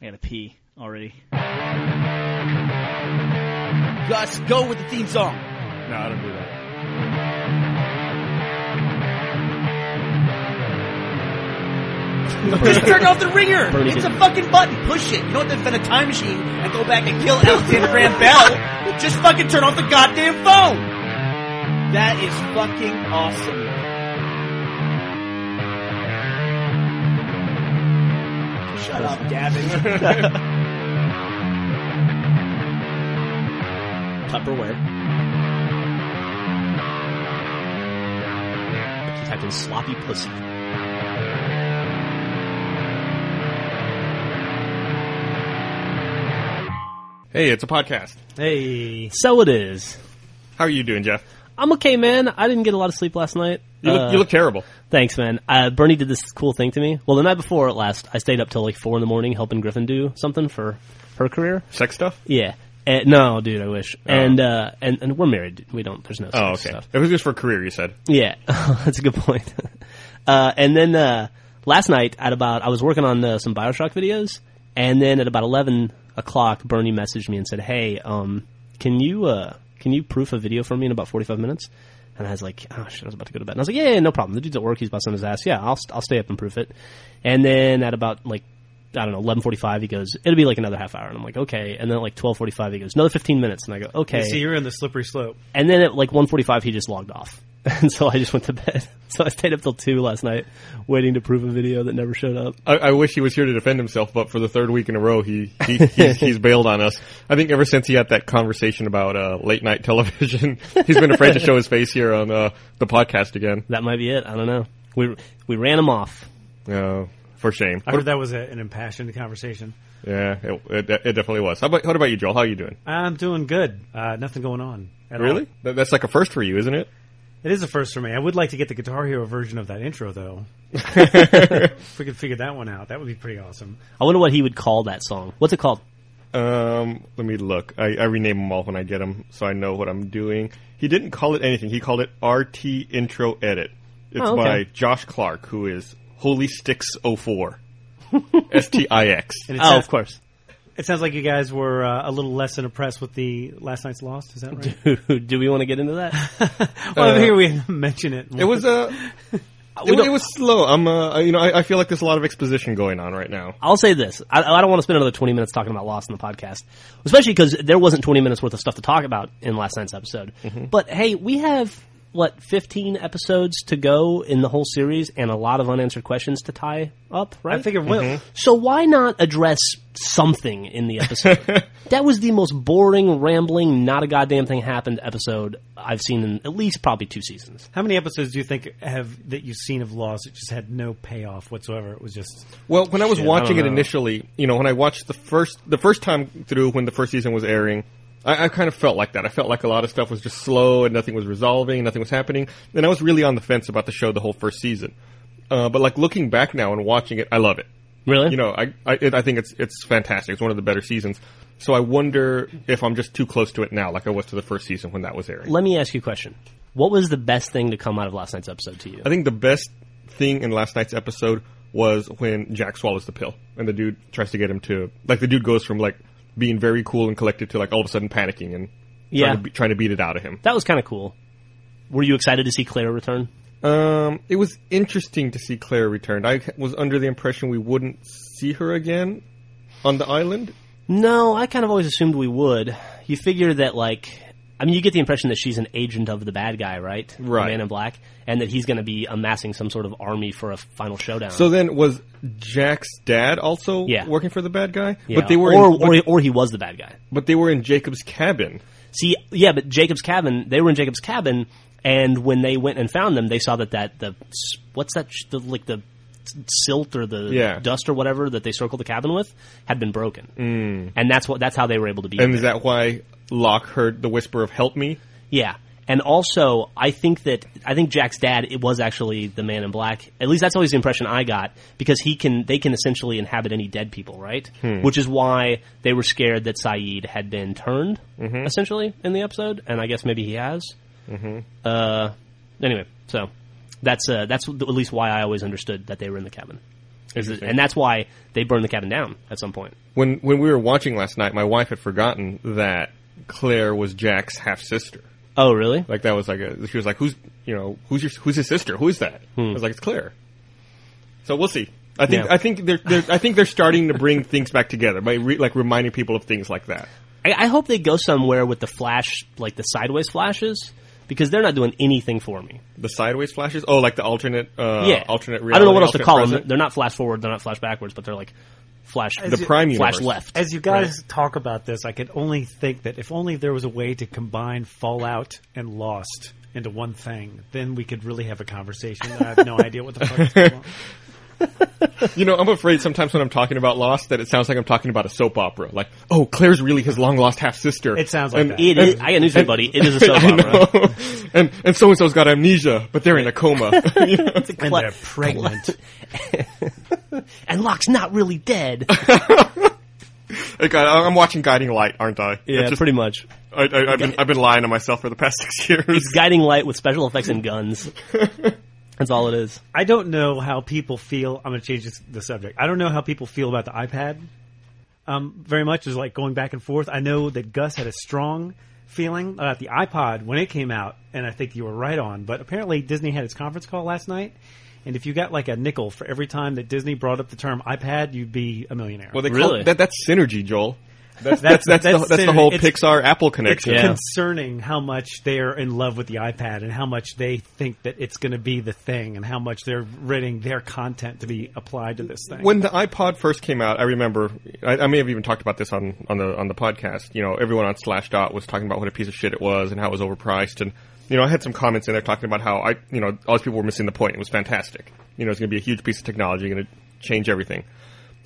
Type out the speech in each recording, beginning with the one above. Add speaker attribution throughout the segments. Speaker 1: I gotta pee already.
Speaker 2: Gus, go with the theme song.
Speaker 3: No, I don't do that.
Speaker 2: Just turn off the ringer.
Speaker 1: Brody
Speaker 2: it's a
Speaker 1: didn't.
Speaker 2: fucking button. Push it. You don't have to invent a time machine and go back and kill Alexander Graham Bell. Just fucking turn off the goddamn phone. That is fucking awesome. Shut up, Davin.
Speaker 1: Tupperware. He typed in sloppy pussy.
Speaker 3: Hey, it's a podcast.
Speaker 4: Hey.
Speaker 1: So it is.
Speaker 3: How are you doing, Jeff?
Speaker 1: I'm okay, man. I didn't get a lot of sleep last night.
Speaker 3: You look,
Speaker 1: Uh,
Speaker 3: you look terrible.
Speaker 1: Thanks, man. Uh, Bernie did this cool thing to me. Well, the night before last, I stayed up till like four in the morning helping Griffin do something for her career.
Speaker 3: Sex stuff?
Speaker 1: Yeah. Uh, no, dude, I wish. And uh, and and we're married. We don't. There's no.
Speaker 3: Oh,
Speaker 1: sex
Speaker 3: okay.
Speaker 1: Stuff.
Speaker 3: It was just for career, you said.
Speaker 1: Yeah, that's a good point. uh, and then uh, last night at about I was working on uh, some Bioshock videos, and then at about eleven o'clock, Bernie messaged me and said, "Hey, um, can you uh, can you proof a video for me in about forty five minutes?" And I was like, "Oh shit, I was about to go to bed." And I was like, "Yeah, yeah, no problem. The dude's at work. He's busting his ass. Yeah, I'll st- I'll stay up and proof it." And then at about like I don't know, eleven forty-five. He goes, "It'll be like another half hour," and I'm like, "Okay." And then at like twelve forty-five, he goes, "Another fifteen minutes," and I go, "Okay."
Speaker 4: See, you're in the slippery slope.
Speaker 1: And then at like 1:45, he just logged off, and so I just went to bed. So I stayed up till two last night, waiting to prove a video that never showed up.
Speaker 3: I, I wish he was here to defend himself, but for the third week in a row, he, he he's, he's bailed on us. I think ever since he had that conversation about uh, late night television, he's been afraid to show his face here on uh, the podcast again.
Speaker 1: That might be it. I don't know. We we ran him off.
Speaker 3: Uh, for shame.
Speaker 4: I heard that was a, an impassioned conversation.
Speaker 3: Yeah, it, it, it definitely was. How about what about you, Joel? How are you doing?
Speaker 4: I'm doing good. Uh, nothing going on. at all.
Speaker 3: That, that's like a first for you, isn't it?
Speaker 4: It is a first for me. I would like to get the Guitar Hero version of that intro, though. if we could figure that one out, that would be pretty awesome.
Speaker 1: I wonder what he would call that song. What's it called?
Speaker 3: Um, let me look. I, I rename them all when I get them, so I know what I'm doing. He didn't call it anything. He called it RT Intro Edit. It's
Speaker 1: Oh, okay.
Speaker 3: by Josh Clark, who is Holy Sticks 04. S T I X.
Speaker 4: And it
Speaker 1: Oh,
Speaker 4: sounds,
Speaker 1: of course.
Speaker 4: It sounds like you guys were uh, a little less than impressed with the last night's loss. Is that right?
Speaker 1: Do we want to get into that?
Speaker 4: well,
Speaker 3: Uh,
Speaker 4: I figure we mention it.
Speaker 3: It was uh, it,
Speaker 1: don't-
Speaker 3: it was slow. I'm uh, you know, I, I feel like there's a lot of exposition going on right now.
Speaker 1: I'll say this. I, I don't want to spend another 20 minutes talking about Lost in the podcast, especially because there wasn't 20 minutes worth of stuff to talk about in last night's episode.
Speaker 4: Mm-hmm.
Speaker 1: But hey, we have, what, 15 episodes to go in the whole series and a lot of unanswered questions to tie up, right?
Speaker 4: I figure well,
Speaker 3: Mm-hmm.
Speaker 1: So why not address something in the episode? that was the most boring, rambling, not a goddamn thing happened episode I've seen in at least probably two seasons.
Speaker 4: How many episodes do you think have that you've seen of Lost that just had no payoff whatsoever? It was just
Speaker 3: Well, when I was
Speaker 4: Shit, I
Speaker 3: watching
Speaker 4: don't
Speaker 3: it
Speaker 4: know.
Speaker 3: initially, you know, when I watched the first the first time through when the first season was airing, I, I kind of felt like that. I felt like a lot of stuff was just slow and nothing was resolving, nothing was happening, and I was really on the fence about the show the whole first season. Uh, but like looking back now and watching it, I love it.
Speaker 1: Really?
Speaker 3: You know, I I, it, I think it's it's fantastic. It's one of the better seasons. So I wonder if I'm just too close to it now, like I was to the first season when that was airing.
Speaker 1: Let me ask you a question. What was the best thing to come out of last night's episode to you?
Speaker 3: I think the best thing in last night's episode was when Jack swallows the pill and the dude tries to get him to like the dude goes from like being very cool and collected to like all of a sudden panicking and
Speaker 1: Yeah.
Speaker 3: trying, to be, trying to beat it out of him.
Speaker 1: That was kind of cool. Were you excited to see Claire return?
Speaker 3: Um, it was interesting to see Claire returned. I was under the impression we wouldn't see her again on the island.
Speaker 1: No, I kind of always assumed we would. You figure that, like, I mean, you get the impression that she's an agent of the bad guy, right? The
Speaker 3: Right.
Speaker 1: Man in Black, and that he's going to be amassing some sort of army for a final showdown.
Speaker 3: So then was Jack's dad also
Speaker 1: Yeah.
Speaker 3: working for the bad guy?
Speaker 1: Yeah.
Speaker 3: But they were
Speaker 1: or,
Speaker 3: in,
Speaker 1: or,
Speaker 3: but,
Speaker 1: or he was the bad guy.
Speaker 3: but they were in Jacob's cabin.
Speaker 1: See, yeah, but Jacob's cabin. They were in Jacob's cabin, and when they went and found them, they saw that that the what's that sh- the, like the silt or the
Speaker 3: Yeah.
Speaker 1: dust or whatever that they circled the cabin with had been broken, mm. and that's what that's how they were able to be.
Speaker 3: And is that why Locke heard the whisper of help me?
Speaker 1: Yeah. And also, I think that I think Jack's dad it was actually the Man in Black. At least that's always the impression I got because he can they can essentially inhabit any dead people, right? Which is why they were scared that Saeed had been turned essentially in the episode, and I guess maybe he has. Mm-hmm. Uh, anyway, so that's uh, that's at least why I always understood that they were in the cabin. Is it-
Speaker 3: Interesting.
Speaker 1: and that's why they burn the cabin down at some point.
Speaker 3: When when we were watching last night, my wife had forgotten that Claire was Jack's half sister.
Speaker 1: Oh, really?
Speaker 3: Like that was like a, she was like, who's you know who's your who's his sister? Who is that? I was like, it's Claire. So we'll see. I think
Speaker 1: Hmm. Yeah.
Speaker 3: I think they're, they're I think they're starting to bring things back together by re, like reminding people of things like that.
Speaker 1: I, I hope they go somewhere with the flash, like the sideways flashes, because they're not doing anything for me.
Speaker 3: The sideways flashes. Oh, like the alternate. Uh,
Speaker 1: yeah,
Speaker 3: Alternate reality.
Speaker 1: I don't know what else to
Speaker 3: alternate
Speaker 1: call
Speaker 3: present.
Speaker 1: them. They're not flash forward. They're not flash backwards. But they're like flash.
Speaker 4: The
Speaker 3: prime
Speaker 1: flash
Speaker 3: universe.
Speaker 1: left.
Speaker 4: As you guys talk about this, I could only think that if only there was a way to combine Fallout and Lost into one thing, then we could really have a conversation. I have no idea what the fuck is going on.
Speaker 3: You know, I'm afraid sometimes when I'm talking about Lost that it sounds like I'm talking about a soap opera. Like, oh, Claire's really his long lost half sister.
Speaker 4: It sounds like that.
Speaker 1: It is. I got news for you, buddy. It is a soap
Speaker 3: I
Speaker 1: opera.
Speaker 3: know. and and so and so's got amnesia, but they're in a coma. You know?
Speaker 1: It's a
Speaker 4: And
Speaker 1: cla-
Speaker 4: they're pregnant.
Speaker 1: and Locke's not really dead.
Speaker 3: Like, I, I'm watching Guiding Light, aren't I?
Speaker 1: yeah,
Speaker 3: It's just-
Speaker 1: pretty much.
Speaker 3: I, I, I've been I've been lying to myself for the past six years.
Speaker 1: Guiding light with special effects and guns. That's all it is.
Speaker 4: I don't know how people feel. I'm going to change this, the subject. I don't know how people feel about the iPad. Um, very much is like going back and forth. I know that Gus had a strong feeling about the iPod when it came out, and I think you were right on. But apparently, Disney had its conference call last night, and if you got like a nickel for every time that Disney brought up the term iPad, you'd be a millionaire.
Speaker 3: Well, they call
Speaker 1: Really?
Speaker 3: that that's synergy, Joel. That's
Speaker 4: That's-
Speaker 3: that's that's,
Speaker 4: that's
Speaker 3: the, that's the whole
Speaker 4: synergy. It's-
Speaker 3: Pixar Apple
Speaker 4: it's
Speaker 3: connection.
Speaker 1: Yeah.
Speaker 4: concerning how much they are in love with the iPad and how much they think that it's going to be the thing, and how much they're renting their content to be applied to this thing.
Speaker 3: When the iPod first came out, I remember I, I may have even talked about this on, on the on the podcast. You know, everyone on Slashdot was talking about what a piece of shit it was and how it was overpriced, and you know, I had some comments in there talking about how I, you know, all these people were missing the point. It was fantastic. You know, it's going to be a huge piece of technology, going to change everything.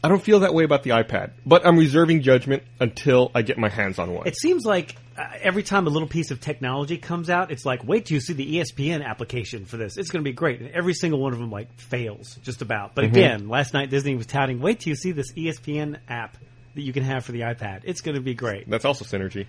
Speaker 3: I don't feel that way about the iPad, but I'm reserving judgment until I get my hands on one.
Speaker 4: It seems like uh, every time a little piece of technology comes out, it's like, wait till you see the E ESPN application for this. It's going to be great. And every single one of them like fails just about.
Speaker 3: Mm-hmm.
Speaker 4: But again, last night Disney was touting, wait till you see this E ESPN app that you can have for the iPad. It's going to be great.
Speaker 3: That's also synergy.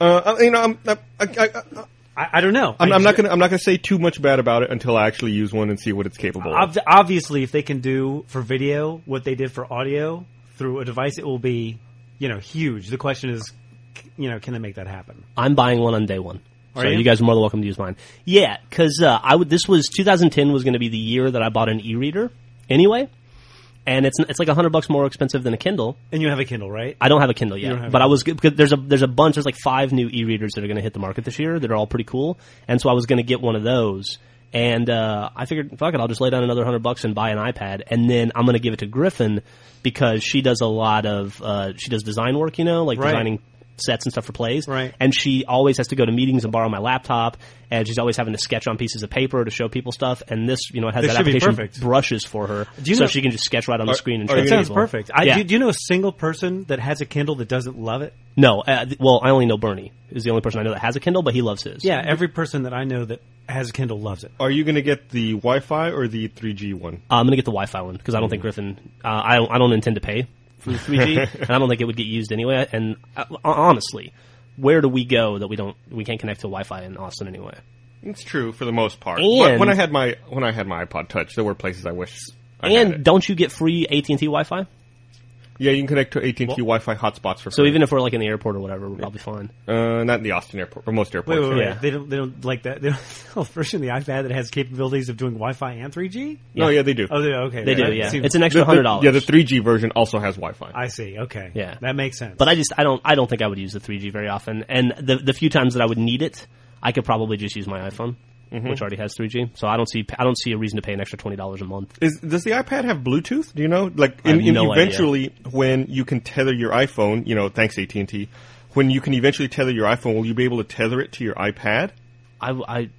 Speaker 3: Uh, I- you know, I'm, I, I, I,
Speaker 4: I, I don't know.
Speaker 3: I'm,
Speaker 4: I
Speaker 3: I'm
Speaker 4: just-
Speaker 3: not gonna I'm not gonna say too much bad about it until I actually use one and see what it's capable of.
Speaker 4: Ob- obviously, if they can do for video what they did for audio through a device, it will be, you know, huge. The question is, c- you know, can they make that happen?
Speaker 1: I'm buying one on day one. so
Speaker 4: you?
Speaker 1: you? guys are more than welcome to use mine. Yeah, because uh, I would. This was 2010 was going to be the year that I bought an e-reader anyway, and it's it's like hundred bucks more expensive than a Kindle.
Speaker 4: And you have a Kindle, right?
Speaker 1: I don't have a Kindle yet,
Speaker 4: don't have
Speaker 1: but
Speaker 4: a-
Speaker 1: I was because there's a there's a bunch. There's like five new e-readers that are going to hit the market this year that are all pretty cool, and so I was going to get one of those. And uh, I figured, fuck it, I'll just lay down another hundred bucks and buy an iPad, and then I'm going to give it to Griffin because she does a lot of uh, she does design work, you know, like
Speaker 4: Right.
Speaker 1: designing sets and stuff for plays.
Speaker 4: Right.
Speaker 1: And she always has to go to meetings and borrow my laptop, and she's always having to sketch on pieces of paper to show people stuff. And this, you know, it has
Speaker 4: This
Speaker 1: that
Speaker 4: should be
Speaker 1: application
Speaker 4: perfect.
Speaker 1: brushes for her,
Speaker 4: Do you
Speaker 1: so
Speaker 4: know-
Speaker 1: she can just sketch right on the screen and
Speaker 3: are
Speaker 1: show
Speaker 3: you-
Speaker 4: That
Speaker 3: That
Speaker 4: sounds
Speaker 1: people.
Speaker 4: perfect. I,
Speaker 1: Yeah.
Speaker 4: do, do you know a single person that has a Kindle that doesn't love it?
Speaker 1: No, uh, th- well, I only know Bernie is the only person I know that has a Kindle, but he loves his.
Speaker 4: Yeah, every person that I know that has a Kindle loves it.
Speaker 3: Are you gonna get the Wi-Fi or the 3G one?
Speaker 1: Uh, I'm gonna get the Wi-Fi one because I
Speaker 3: Mm.
Speaker 1: don't think Griffin. Uh, I don't, I don't intend to pay for the 3G, and I don't think it would get used anyway. And uh, hon- honestly, where do we go that we don't we can't connect to Wi-Fi in Austin anyway?
Speaker 3: It's true for the most part.
Speaker 1: And-
Speaker 3: But when I had my when I had my iPod Touch, there were places I wish. I had
Speaker 1: and
Speaker 3: it.
Speaker 1: don't you get free AT and T Wi-Fi?
Speaker 3: yeah, you can connect to AT&T Wi-Fi hotspots for
Speaker 1: So
Speaker 3: free.
Speaker 1: even if we're like in the airport or whatever, we're probably fine.
Speaker 3: uh, not in the Austin airport or most
Speaker 4: Wait,
Speaker 3: airports.
Speaker 4: wait, wait.
Speaker 1: Yeah.
Speaker 4: They don't. They don't like that. They don't sell a version of the iPad that has capabilities of doing Wi-Fi and 3G.
Speaker 3: No, yeah, they do.
Speaker 4: Oh, they, okay.
Speaker 1: They
Speaker 4: that
Speaker 1: do, yeah.
Speaker 4: seems-
Speaker 1: It's an
Speaker 3: The-
Speaker 1: extra
Speaker 3: the-
Speaker 1: hundred dollars.
Speaker 3: Yeah, the 3G version also has Wi-Fi.
Speaker 4: I see. Okay.
Speaker 1: Yeah.
Speaker 4: that makes sense.
Speaker 1: but I just I don't I don't think I would use the 3G very often. And the the few times that I would need it, I could probably just use my iPhone, which already has 3G. So I don't see I don't see a reason to pay an extra twenty dollars a month.
Speaker 3: Is, does the iPad have Bluetooth? Do you know? Like,
Speaker 1: have
Speaker 3: in, in
Speaker 1: no idea.
Speaker 3: eventually, when you can tether your iPhone, you know, thanks AT and T, when you can eventually tether your iPhone, will you be able to tether it to your iPad?
Speaker 1: I, I,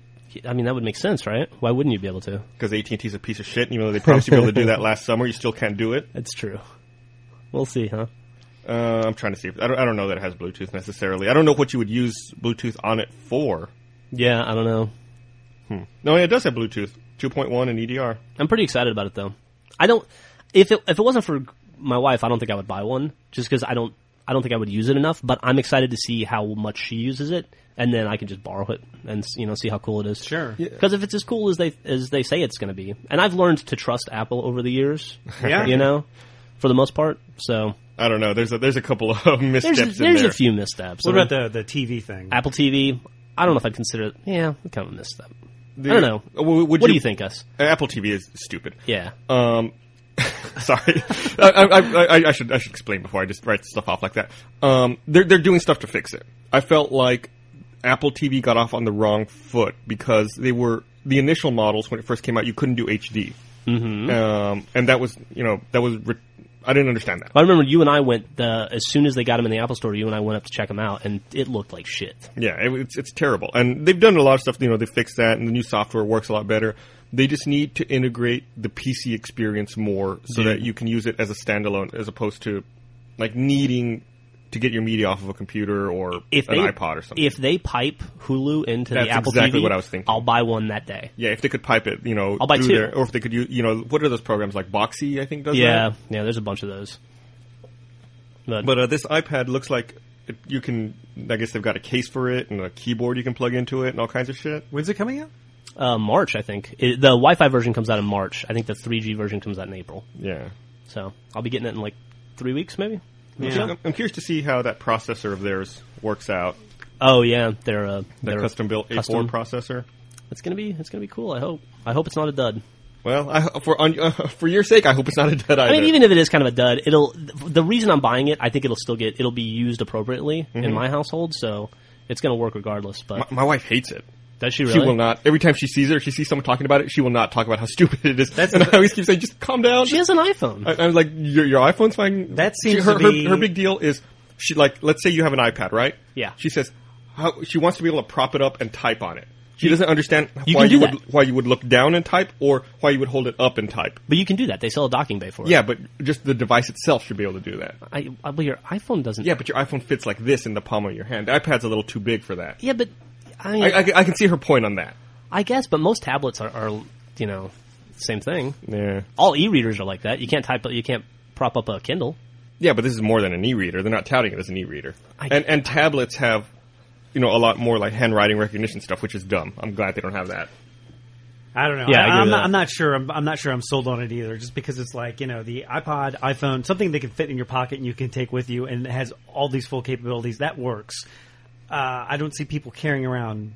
Speaker 1: I mean, that would make sense, right? Why wouldn't you be able to?
Speaker 3: Because AT and T's a piece of shit, and even though they promised you to be able to do that last summer, you still can't do it.
Speaker 1: That's true. We'll see, huh?
Speaker 3: Uh, I'm trying to see. If, I don't. I don't know that it has Bluetooth necessarily. I don't know what you would use Bluetooth on it for.
Speaker 1: Yeah, I don't know.
Speaker 3: No, it does have Bluetooth 2.1 and E EDR.
Speaker 1: I'm pretty excited about it though. I don't. If it if it wasn't for my wife, I don't think I would buy one. Just because I don't I don't think I would use it enough. But I'm excited to see how much she uses it and then I can just borrow it and you know see how cool it is.
Speaker 4: Sure. Yeah.
Speaker 1: Because if it's as cool as they as they say it's going to be, and I've learned to trust Apple over the years.
Speaker 4: Yeah.
Speaker 1: You know, for the most part. So
Speaker 3: I don't know. There's a, there's a couple of missteps
Speaker 1: there's
Speaker 3: in
Speaker 1: there's
Speaker 3: there.
Speaker 1: a few missteps.
Speaker 4: What about the the TV thing?
Speaker 1: Apple TV? I don't know if I'd consider it. Yeah, kind of a misstep.
Speaker 3: The-
Speaker 1: I don't know.
Speaker 3: Uh, w- would Uh,
Speaker 1: what do you think, us?
Speaker 3: Apple TV is stupid.
Speaker 1: Yeah.
Speaker 3: Um, sorry, I, I, I, I should I should explain before I just write stuff off like that. Um, they're they're doing stuff to fix it. I felt like Apple TV got off on the wrong foot because they were the initial models when it first came out. You couldn't do HD, mm-hmm. um, and that was you know that was re- I didn't understand that.
Speaker 1: I remember you and I went the as soon as they got them in the Apple Store. You and I went up to check them out, and it looked like shit.
Speaker 3: Yeah, it, it's it's terrible, and they've done a lot of stuff. You know, they fixed that, and the new software works a lot better. They just need to integrate the PC experience more so that you can use it as a standalone, as opposed to like needing to get your media off of a computer or
Speaker 1: If they
Speaker 3: an iPod or something.
Speaker 1: if they pipe Hulu into
Speaker 3: That's
Speaker 1: the Apple
Speaker 3: exactly
Speaker 1: TV,
Speaker 3: what I was thinking.
Speaker 1: I'll buy one that day.
Speaker 3: yeah, if they could pipe it, you know,
Speaker 1: I'll buy
Speaker 3: through
Speaker 1: two.
Speaker 3: There, or if they could, use, you know, what are those programs like Boxy? I think does
Speaker 1: Yeah,
Speaker 3: that.
Speaker 1: yeah. There's a bunch of those. But,
Speaker 3: But uh, this iPad looks like it, you can. I guess they've got a case for it and a keyboard you can plug into it and all kinds of shit.
Speaker 4: When's it coming out?
Speaker 1: uh, March, I think it, the Wi-Fi version comes out in March. I think the 3G version comes out in April.
Speaker 3: Yeah.
Speaker 1: So I'll be getting it in like three weeks, maybe.
Speaker 4: Yeah.
Speaker 3: I'm- I'm curious to see how that processor of theirs works out.
Speaker 1: Oh yeah, they're uh,
Speaker 3: the
Speaker 1: they're
Speaker 3: custom built A4
Speaker 1: custom.
Speaker 3: processor.
Speaker 1: It's gonna be it's gonna be cool. I hope I hope it's not a dud.
Speaker 3: Well, I, for on, uh, for your sake, I hope it's not a dud
Speaker 1: I
Speaker 3: either.
Speaker 1: mean, even if it is kind of a dud, it'll the reason I'm buying it. I think it'll still get it'll be used appropriately in my household, so it's gonna work regardless. But
Speaker 3: Mm-hmm. my, my wife hates it.
Speaker 1: does she
Speaker 3: She
Speaker 1: really?
Speaker 3: will not. Every time she sees it, or she sees someone talking about it, she will not talk about how stupid it is. and I always keep saying, "Just calm down."
Speaker 1: She has an iPhone.
Speaker 3: I, I'm like, "Your your iPhone's fine."
Speaker 4: That
Speaker 3: She-
Speaker 4: seems
Speaker 3: her,
Speaker 4: to
Speaker 3: her-
Speaker 4: be-
Speaker 3: her big deal is she like. Let's say you have an iPad, right?
Speaker 1: Yeah.
Speaker 3: She says how she wants to be able to prop it up and type on it. She doesn't understand why
Speaker 1: can do
Speaker 3: you would
Speaker 1: that.
Speaker 3: why you would look down and type, or why you would hold it up and type.
Speaker 1: but you can do that. They sell a docking bay for it.
Speaker 3: Yeah, but just the device itself should be able to do that.
Speaker 1: I, I, well, your iPhone doesn't.
Speaker 3: Yeah, but your iPhone fits like this in the palm of your hand. The iPad's a little too big for that.
Speaker 1: Yeah, but I, mean,
Speaker 3: I,
Speaker 1: I,
Speaker 3: I, I can see her point on that.
Speaker 1: guess. But most tablets are, are you know same thing.
Speaker 3: Yeah.
Speaker 1: All e-readers are like that. You can't type. You can't prop up a Kindle.
Speaker 3: Yeah, but this is more than an e-reader. They're not touting it as an e-reader.
Speaker 1: I-
Speaker 3: and and tablets have, you know, a lot more like handwriting recognition stuff, which is dumb. I'm glad they don't have that.
Speaker 4: I don't know.
Speaker 1: Yeah, I
Speaker 4: I,
Speaker 1: agree
Speaker 4: am
Speaker 1: with
Speaker 4: not,
Speaker 1: that.
Speaker 4: I'm not sure. I'm, I'm not sure. I'm sold on it either. Just because it's like you know the iPod, iPhone, something that can fit in your pocket and you can take with you, and it has all these full capabilities. That works. Uh, I don't see people carrying around.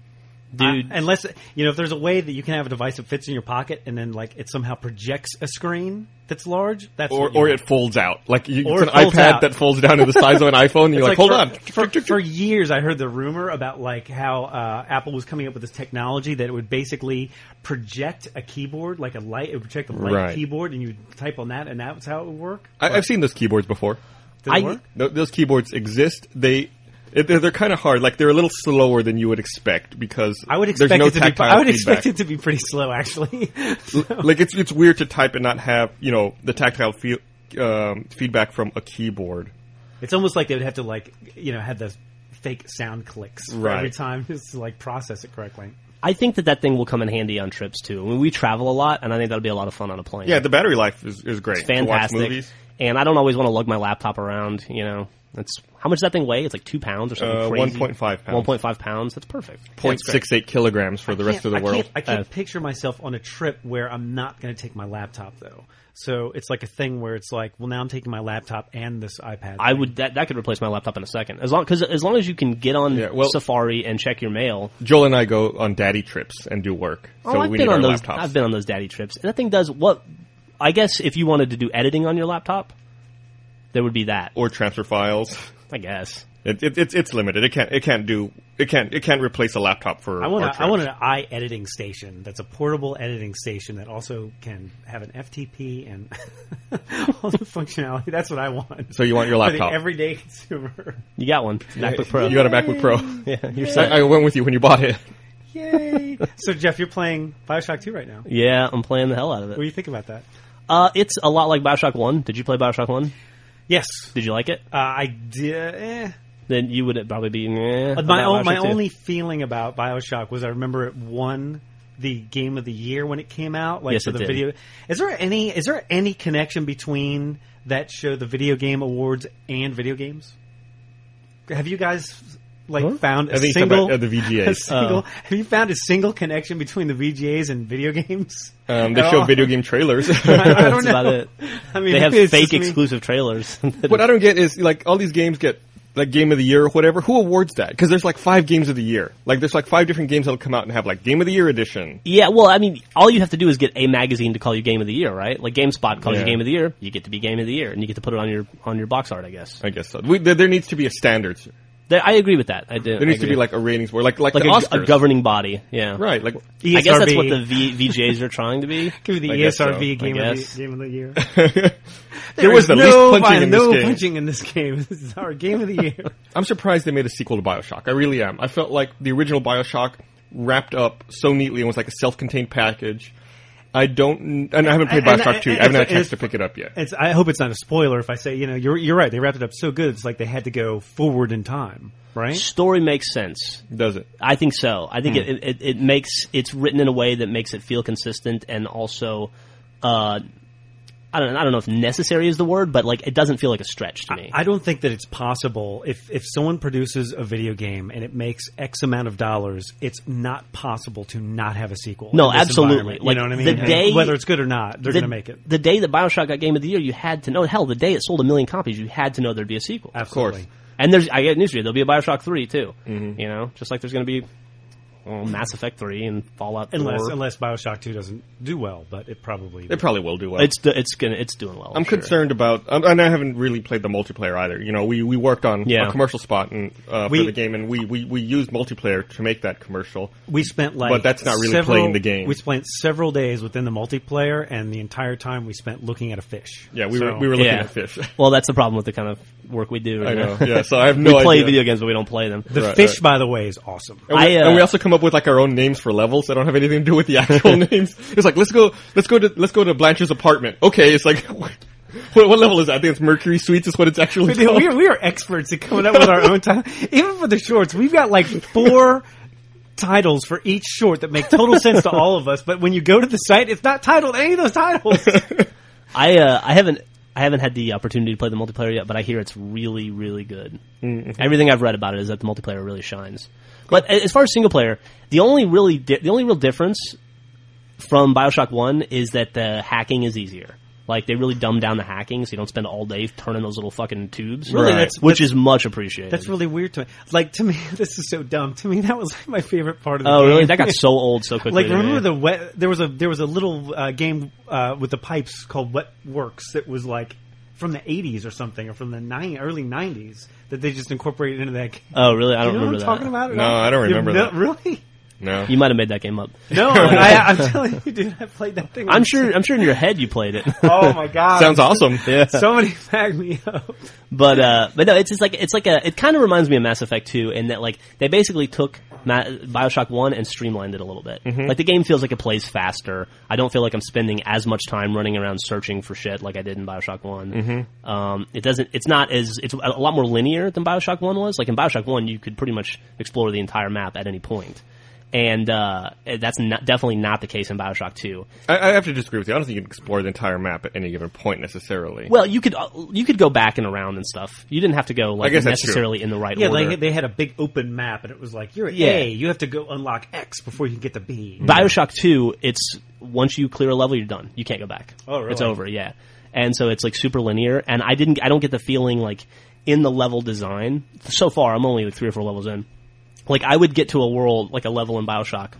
Speaker 1: Dude.
Speaker 4: I- unless you know if there's a way that you can have a device that fits in your pocket and then like it somehow projects a screen that's large. That's
Speaker 3: Or
Speaker 4: what you
Speaker 3: or
Speaker 4: want.
Speaker 3: it folds out. Like you,
Speaker 4: Or
Speaker 3: it's an
Speaker 4: it folds
Speaker 3: iPad
Speaker 4: out.
Speaker 3: that folds down to the size of an iPhone. And you're like,
Speaker 4: It's
Speaker 3: hold
Speaker 4: for,
Speaker 3: on.
Speaker 4: For, for years, I heard the rumor about like how uh, Apple was coming up with this technology that it would basically project a keyboard, like a light. It would project a light
Speaker 3: Right.
Speaker 4: keyboard, and you type on that, and that's how it would work.
Speaker 3: I, I've seen those keyboards before.
Speaker 4: Did it
Speaker 1: I-
Speaker 4: work?
Speaker 3: Tho- those keyboards exist. They. it- They're, they're kind of hard. Like they're a little slower than you would expect because
Speaker 4: I would
Speaker 3: there's
Speaker 4: expect
Speaker 3: no
Speaker 4: it to be.
Speaker 3: tactile
Speaker 4: I would
Speaker 3: feedback.
Speaker 4: expect it to be pretty slow, actually.
Speaker 3: like it's it's weird to type and not have you know the tactile feel, um, feedback from a keyboard.
Speaker 4: it's almost like they would have to like you know have those fake sound clicks for
Speaker 3: Right.
Speaker 4: every time just to like process it correctly.
Speaker 1: I think that that thing will come in handy on trips too. I mean, we travel a lot, and I think that'll be a lot of fun on a plane.
Speaker 3: Yeah, the battery life is, is great. To watch
Speaker 1: fantastic.
Speaker 3: movies,
Speaker 1: And I don't always want to lug my laptop around. You know, that's how much does that thing weigh? It's like two pounds or something.
Speaker 3: Uh,
Speaker 1: crazy.
Speaker 3: 1.5 pounds.
Speaker 1: One point five pounds. That's perfect.
Speaker 3: point
Speaker 1: That's great.
Speaker 3: six eight kilograms for the rest of the
Speaker 4: I
Speaker 3: world.
Speaker 4: Can't, I can't
Speaker 1: Uh,
Speaker 4: picture myself on a trip where I'm not going to take my laptop though. So it's like a thing where it's like, well, now I'm taking my laptop and this iPad.
Speaker 1: I would that that could replace my laptop in a second. As long because as long as you can get on
Speaker 3: Yeah, well-
Speaker 1: Safari and check your mail.
Speaker 3: Joel and I go on daddy trips and do work, so
Speaker 1: oh, I've
Speaker 3: we
Speaker 1: been
Speaker 3: need
Speaker 1: on
Speaker 3: our
Speaker 1: those.
Speaker 3: laptops.
Speaker 1: I've been on those daddy trips. And that thing does what? I guess if you wanted to do editing on your laptop, there would be that.
Speaker 3: or transfer files.
Speaker 1: I guess.
Speaker 3: It, it, it's it's limited. It can't it can't do it can't it can't replace a laptop for.
Speaker 4: I want
Speaker 3: our
Speaker 4: a, I want
Speaker 3: trips.
Speaker 4: an eye editing station that's a portable editing station that also can have an FTP and all the functionality. That's what I want.
Speaker 3: So you want your
Speaker 4: For the
Speaker 3: laptop.
Speaker 4: everyday consumer.
Speaker 1: You got one MacBook Pro.
Speaker 3: You got a MacBook Pro.
Speaker 1: yeah, you're
Speaker 3: I,
Speaker 1: set.
Speaker 3: I went with you when you bought it.
Speaker 4: Yay! so Jeff, you're playing Bioshock 2 right now. What
Speaker 1: Yeah, I'm playing the hell out of
Speaker 4: do
Speaker 1: it.
Speaker 4: you think about that?
Speaker 1: Uh, it's a lot like Bioshock One. Did you play Bioshock One?
Speaker 4: Yes,
Speaker 1: Did you like it?
Speaker 4: uh, I did. Eh.
Speaker 1: then you would probably be eh,
Speaker 4: But my
Speaker 1: about
Speaker 4: own,
Speaker 1: Bioshock
Speaker 4: my
Speaker 1: 2.
Speaker 4: only feeling about Bioshock was I remember it won the game of the year when it came out. Like
Speaker 1: Yes,
Speaker 4: for
Speaker 1: it
Speaker 4: the
Speaker 1: did.
Speaker 4: video. Is there any is there any connection between that show, the video game awards, and video games? Have you guys like found
Speaker 3: I
Speaker 4: a
Speaker 3: think he's talking
Speaker 4: single
Speaker 3: about, uh, the VGAs.
Speaker 4: a single- have you found a single connection between the VGAs and video games?
Speaker 3: Um, they
Speaker 4: At
Speaker 3: show
Speaker 4: all?
Speaker 3: video game trailers.
Speaker 4: I don't
Speaker 1: That's
Speaker 4: know.
Speaker 1: about it.
Speaker 4: I mean,
Speaker 1: They have
Speaker 4: maybe it's
Speaker 1: fake
Speaker 4: just me.
Speaker 1: exclusive trailers.
Speaker 3: what I don't get is like all these games get like game of the year or whatever. Who awards that? Because there's like five games of the year. Like there's like five different games that'll come out and have like game of the year edition.
Speaker 1: yeah, well, I mean, all you have to do is get a magazine to call you Game of the Year, right? Like GameSpot calls
Speaker 3: Yeah.
Speaker 1: you Game of the Year, you get to be Game of the Year, and you get to put it on your on your box art, I guess.
Speaker 3: I guess so. We, there, there needs to be a standard.
Speaker 1: There, I agree with that. I do.
Speaker 3: There needs
Speaker 1: I
Speaker 3: to
Speaker 1: agree.
Speaker 3: be like a ratings board, like like,
Speaker 1: like
Speaker 3: the
Speaker 1: a, E
Speaker 3: Oscars.
Speaker 1: a governing body. Yeah,
Speaker 3: right? Like
Speaker 1: I guess that's
Speaker 4: ESRB.
Speaker 1: what the v, VJs are trying to be.
Speaker 4: Give me the E
Speaker 3: I guess so,
Speaker 4: ESRV game,
Speaker 1: I
Speaker 4: of
Speaker 1: guess.
Speaker 4: the, game of the year.
Speaker 3: there was the
Speaker 4: no
Speaker 3: least punching
Speaker 4: vi-
Speaker 3: in
Speaker 4: no
Speaker 3: this game.
Speaker 4: punching in this game. This is our game of the year.
Speaker 3: I'm surprised they made a sequel to Bioshock. I really am. I felt like the original Bioshock wrapped up so neatly and was like a self-contained package. I don't, and I haven't played
Speaker 4: And- and-
Speaker 3: Bioshock 2. I
Speaker 4: and-
Speaker 3: haven't had a
Speaker 4: and
Speaker 3: chance
Speaker 4: it's-
Speaker 3: to pick it up yet.
Speaker 4: It's, I hope it's not a spoiler if I say you know you're you're right. They wrapped it up so good. It's like they had to go forward in time, right?
Speaker 1: Story makes sense.
Speaker 3: Does it?
Speaker 1: I think so. I
Speaker 4: Hmm.
Speaker 1: think it, it it makes it's written in a way that makes it feel consistent and also, uh, I don't I don't know if necessary is the word, but like it doesn't feel like a stretch to me.
Speaker 4: I don't think that it's possible if if someone produces a video game and it makes X amount of dollars, it's not possible to not have a sequel.
Speaker 1: No,
Speaker 4: in this
Speaker 1: absolutely.
Speaker 4: environment. You
Speaker 1: Like,
Speaker 4: know what I mean?
Speaker 1: the day-
Speaker 4: whether it's good or not, they're
Speaker 1: the,
Speaker 4: going to make it.
Speaker 1: the day that Bioshock got Game of the Year, you had to know. Hell, the day it sold a million copies, you had to know there'd be a sequel.
Speaker 4: Absolutely.
Speaker 1: And there's I get news for you. There'll be a Bioshock three too.
Speaker 3: Mm-hmm.
Speaker 1: You know, just like there's going to be well, Mass Effect three and Fallout.
Speaker 4: Unless
Speaker 1: 4.
Speaker 4: unless Bioshock Two doesn't do well, but it probably.
Speaker 3: It probably will do well.
Speaker 1: it's do- it's gonna it's doing well.
Speaker 3: I'm
Speaker 1: sure.
Speaker 3: concerned about, um, and I haven't really played the multiplayer either. You know, we, we worked on
Speaker 1: Yeah.
Speaker 3: a commercial spot and, uh,
Speaker 4: We-
Speaker 3: for the game, and we, we, we used multiplayer to make that commercial.
Speaker 4: we spent like,
Speaker 3: But that's not really
Speaker 4: several-
Speaker 3: playing the game.
Speaker 4: We spent several days within the multiplayer, and the entire time we spent looking at a fish.
Speaker 3: Yeah, we
Speaker 4: So-
Speaker 3: were we were looking
Speaker 1: Yeah.
Speaker 3: at fish.
Speaker 1: Well, that's the problem with the kind of work we do.
Speaker 3: I
Speaker 1: you
Speaker 3: know. Yeah, so I have no
Speaker 1: we play
Speaker 3: idea.
Speaker 1: video games, but we don't play them.
Speaker 4: The uh,
Speaker 3: Right,
Speaker 4: fish, by the way, is awesome.
Speaker 3: uh, And we,
Speaker 1: I, uh,
Speaker 3: and we also come up with like our own names for levels that don't have anything to do with the actual names. It's like let's go, let's go to let's go to Blanche's apartment. Okay, it's like what, what level is that? I think it's Mercury Suites is what it's actually
Speaker 4: Dude,
Speaker 3: called.
Speaker 4: we, are, we are experts at coming up with our own title. Even for the shorts, we've got like four titles for each short that make total sense to all of us. But when you go to the site, it's not titled any of those titles.
Speaker 1: I uh, I haven't I haven't had the opportunity to play the multiplayer yet, but I hear it's really really good.
Speaker 3: Mm-hmm.
Speaker 1: Everything I've read about it is that the multiplayer really shines. But a- as far as single player, the only really di- the only real difference from Bioshock One is that the hacking is easier. Like they really dumb down the hacking, so you don't spend all day turning those little fucking tubes.
Speaker 4: Really, that's-
Speaker 1: which is much appreciated.
Speaker 4: That's really weird to me. Like to me, this is so dumb. To me, that was like my favorite part of the
Speaker 1: oh
Speaker 4: game.
Speaker 1: really? That got so old so quickly.
Speaker 4: Like
Speaker 1: to me.
Speaker 4: remember the wet? There was a there was a little uh, game uh, with the pipes called Wet Works that was like from the 80s or something, or from the nine, early 90s that they just incorporated into that game.
Speaker 1: oh really? I don't
Speaker 4: you
Speaker 1: remember
Speaker 4: know what I'm
Speaker 1: that.
Speaker 4: talking about? at
Speaker 3: No,
Speaker 4: all?
Speaker 3: I don't
Speaker 4: You
Speaker 3: remember
Speaker 4: know-
Speaker 3: that.
Speaker 4: Really?
Speaker 3: no,
Speaker 1: You might have made that game up.
Speaker 4: No, I, I'm telling you, dude, I played that thing.
Speaker 1: I'm sure. I'm sure in your head you played it.
Speaker 4: Oh my god!
Speaker 3: sounds awesome. Yeah,
Speaker 4: Somebody fag me up.
Speaker 1: But uh, but no, it's just like it's like a it kind of reminds me of Mass Effect Two in that like they basically took Ma- Bioshock One and streamlined it a little bit.
Speaker 3: Mm-hmm.
Speaker 1: Like the game feels like it plays faster. I don't feel like I'm spending as much time running around searching for shit like I did in Bioshock One.
Speaker 3: Mm-hmm.
Speaker 1: Um, it doesn't. It's not as it's a a lot more linear than Bioshock One was. Like in Bioshock One, you could pretty much explore the entire map at any point. And uh, that's not, definitely not the case in Bioshock Two.
Speaker 3: I, I have to disagree with you. I don't think you can explore the entire map at any given point necessarily.
Speaker 1: Well, you could uh, you could go back and around and stuff. You didn't have to go like
Speaker 3: guess that's true.
Speaker 1: necessarily in the right
Speaker 4: Yeah,
Speaker 1: order.
Speaker 4: like they had a big open map, and it was like you're at
Speaker 1: Yeah.
Speaker 4: A, you have to go unlock X before you can get to B.
Speaker 1: Mm-hmm. Bioshock Two, it's once you clear a level, you're done. You can't go back.
Speaker 4: Oh, really?
Speaker 1: It's over. Yeah, and so it's like super linear. And I didn't, I don't get the feeling like in the level design so far. I'm only like three or four levels in. Like I would get to a world, like a level in Bioshock,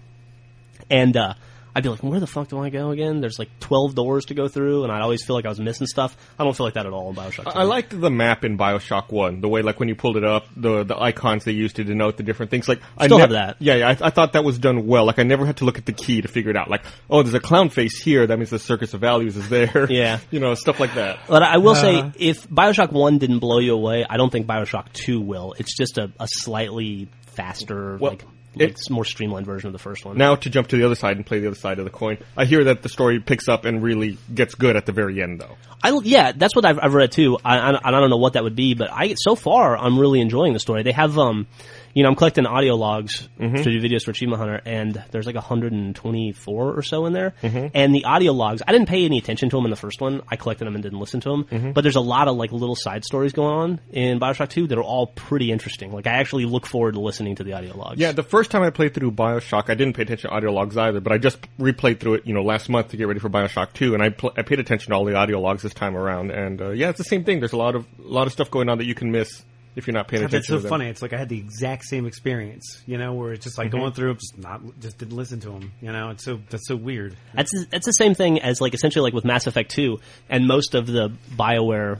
Speaker 1: and uh, I'd be like, where the fuck do I go again? There's like 12 doors to go through, and I'd always feel like I was missing stuff. I don't feel like that at all in Bioshock. 2.
Speaker 3: I liked the map in Bioshock One. The way, like when you pulled it up, the the icons they used to denote the different things. Like I
Speaker 1: Still
Speaker 3: nev-
Speaker 1: have that.
Speaker 3: Yeah, yeah. I, I thought that was done well. Like I never had to look at the key to figure it out. Like, oh, there's a clown face here. That means the Circus of Values is there.
Speaker 1: Yeah.
Speaker 3: you know, stuff like that.
Speaker 1: But I will
Speaker 4: Uh.
Speaker 1: say,
Speaker 3: Uh-huh.
Speaker 1: if Bioshock One didn't blow you away, I don't think Bioshock Two will. It's just a, a slightly faster,
Speaker 3: Well,
Speaker 1: like like,
Speaker 3: It-
Speaker 1: more streamlined version of the first one.
Speaker 3: Now to jump to the other side and play the other side of the coin. I hear that the story picks up and really gets good at the very end, though.
Speaker 1: I, yeah, that's what I've, I've read too. I, I, I don't know what that would be, but I so far I'm really enjoying the story. They have um, you know, I'm collecting audio logs to do videos for Achievement Hunter, and there's like 124 or so in there. And the audio logs, I didn't pay any attention to them in the first one. I collected them and didn't listen to them. But there's a lot of like little side stories going on in Bioshock 2 that are all pretty interesting. Like I actually look forward to listening to the audio logs.
Speaker 3: Yeah, the first time I played through Bioshock, I didn't pay attention to audio logs either, but I just replayed through it, you know, last month to get ready for Bioshock 2, and I, pl- I paid attention to all the audio logs this time around, and, uh, yeah, it's the same thing. There's a lot of, a lot of stuff going on that you can miss if you're not paying
Speaker 4: That's
Speaker 3: attention
Speaker 4: so
Speaker 3: to them.
Speaker 4: funny. It's like I had the exact same experience, you know, where it's just like
Speaker 3: Mm-hmm.
Speaker 4: going through, just not, just didn't listen to them, you know. It's so that's so weird.
Speaker 1: That's that's the same thing as like essentially like with Mass Effect Two and most of the Bioware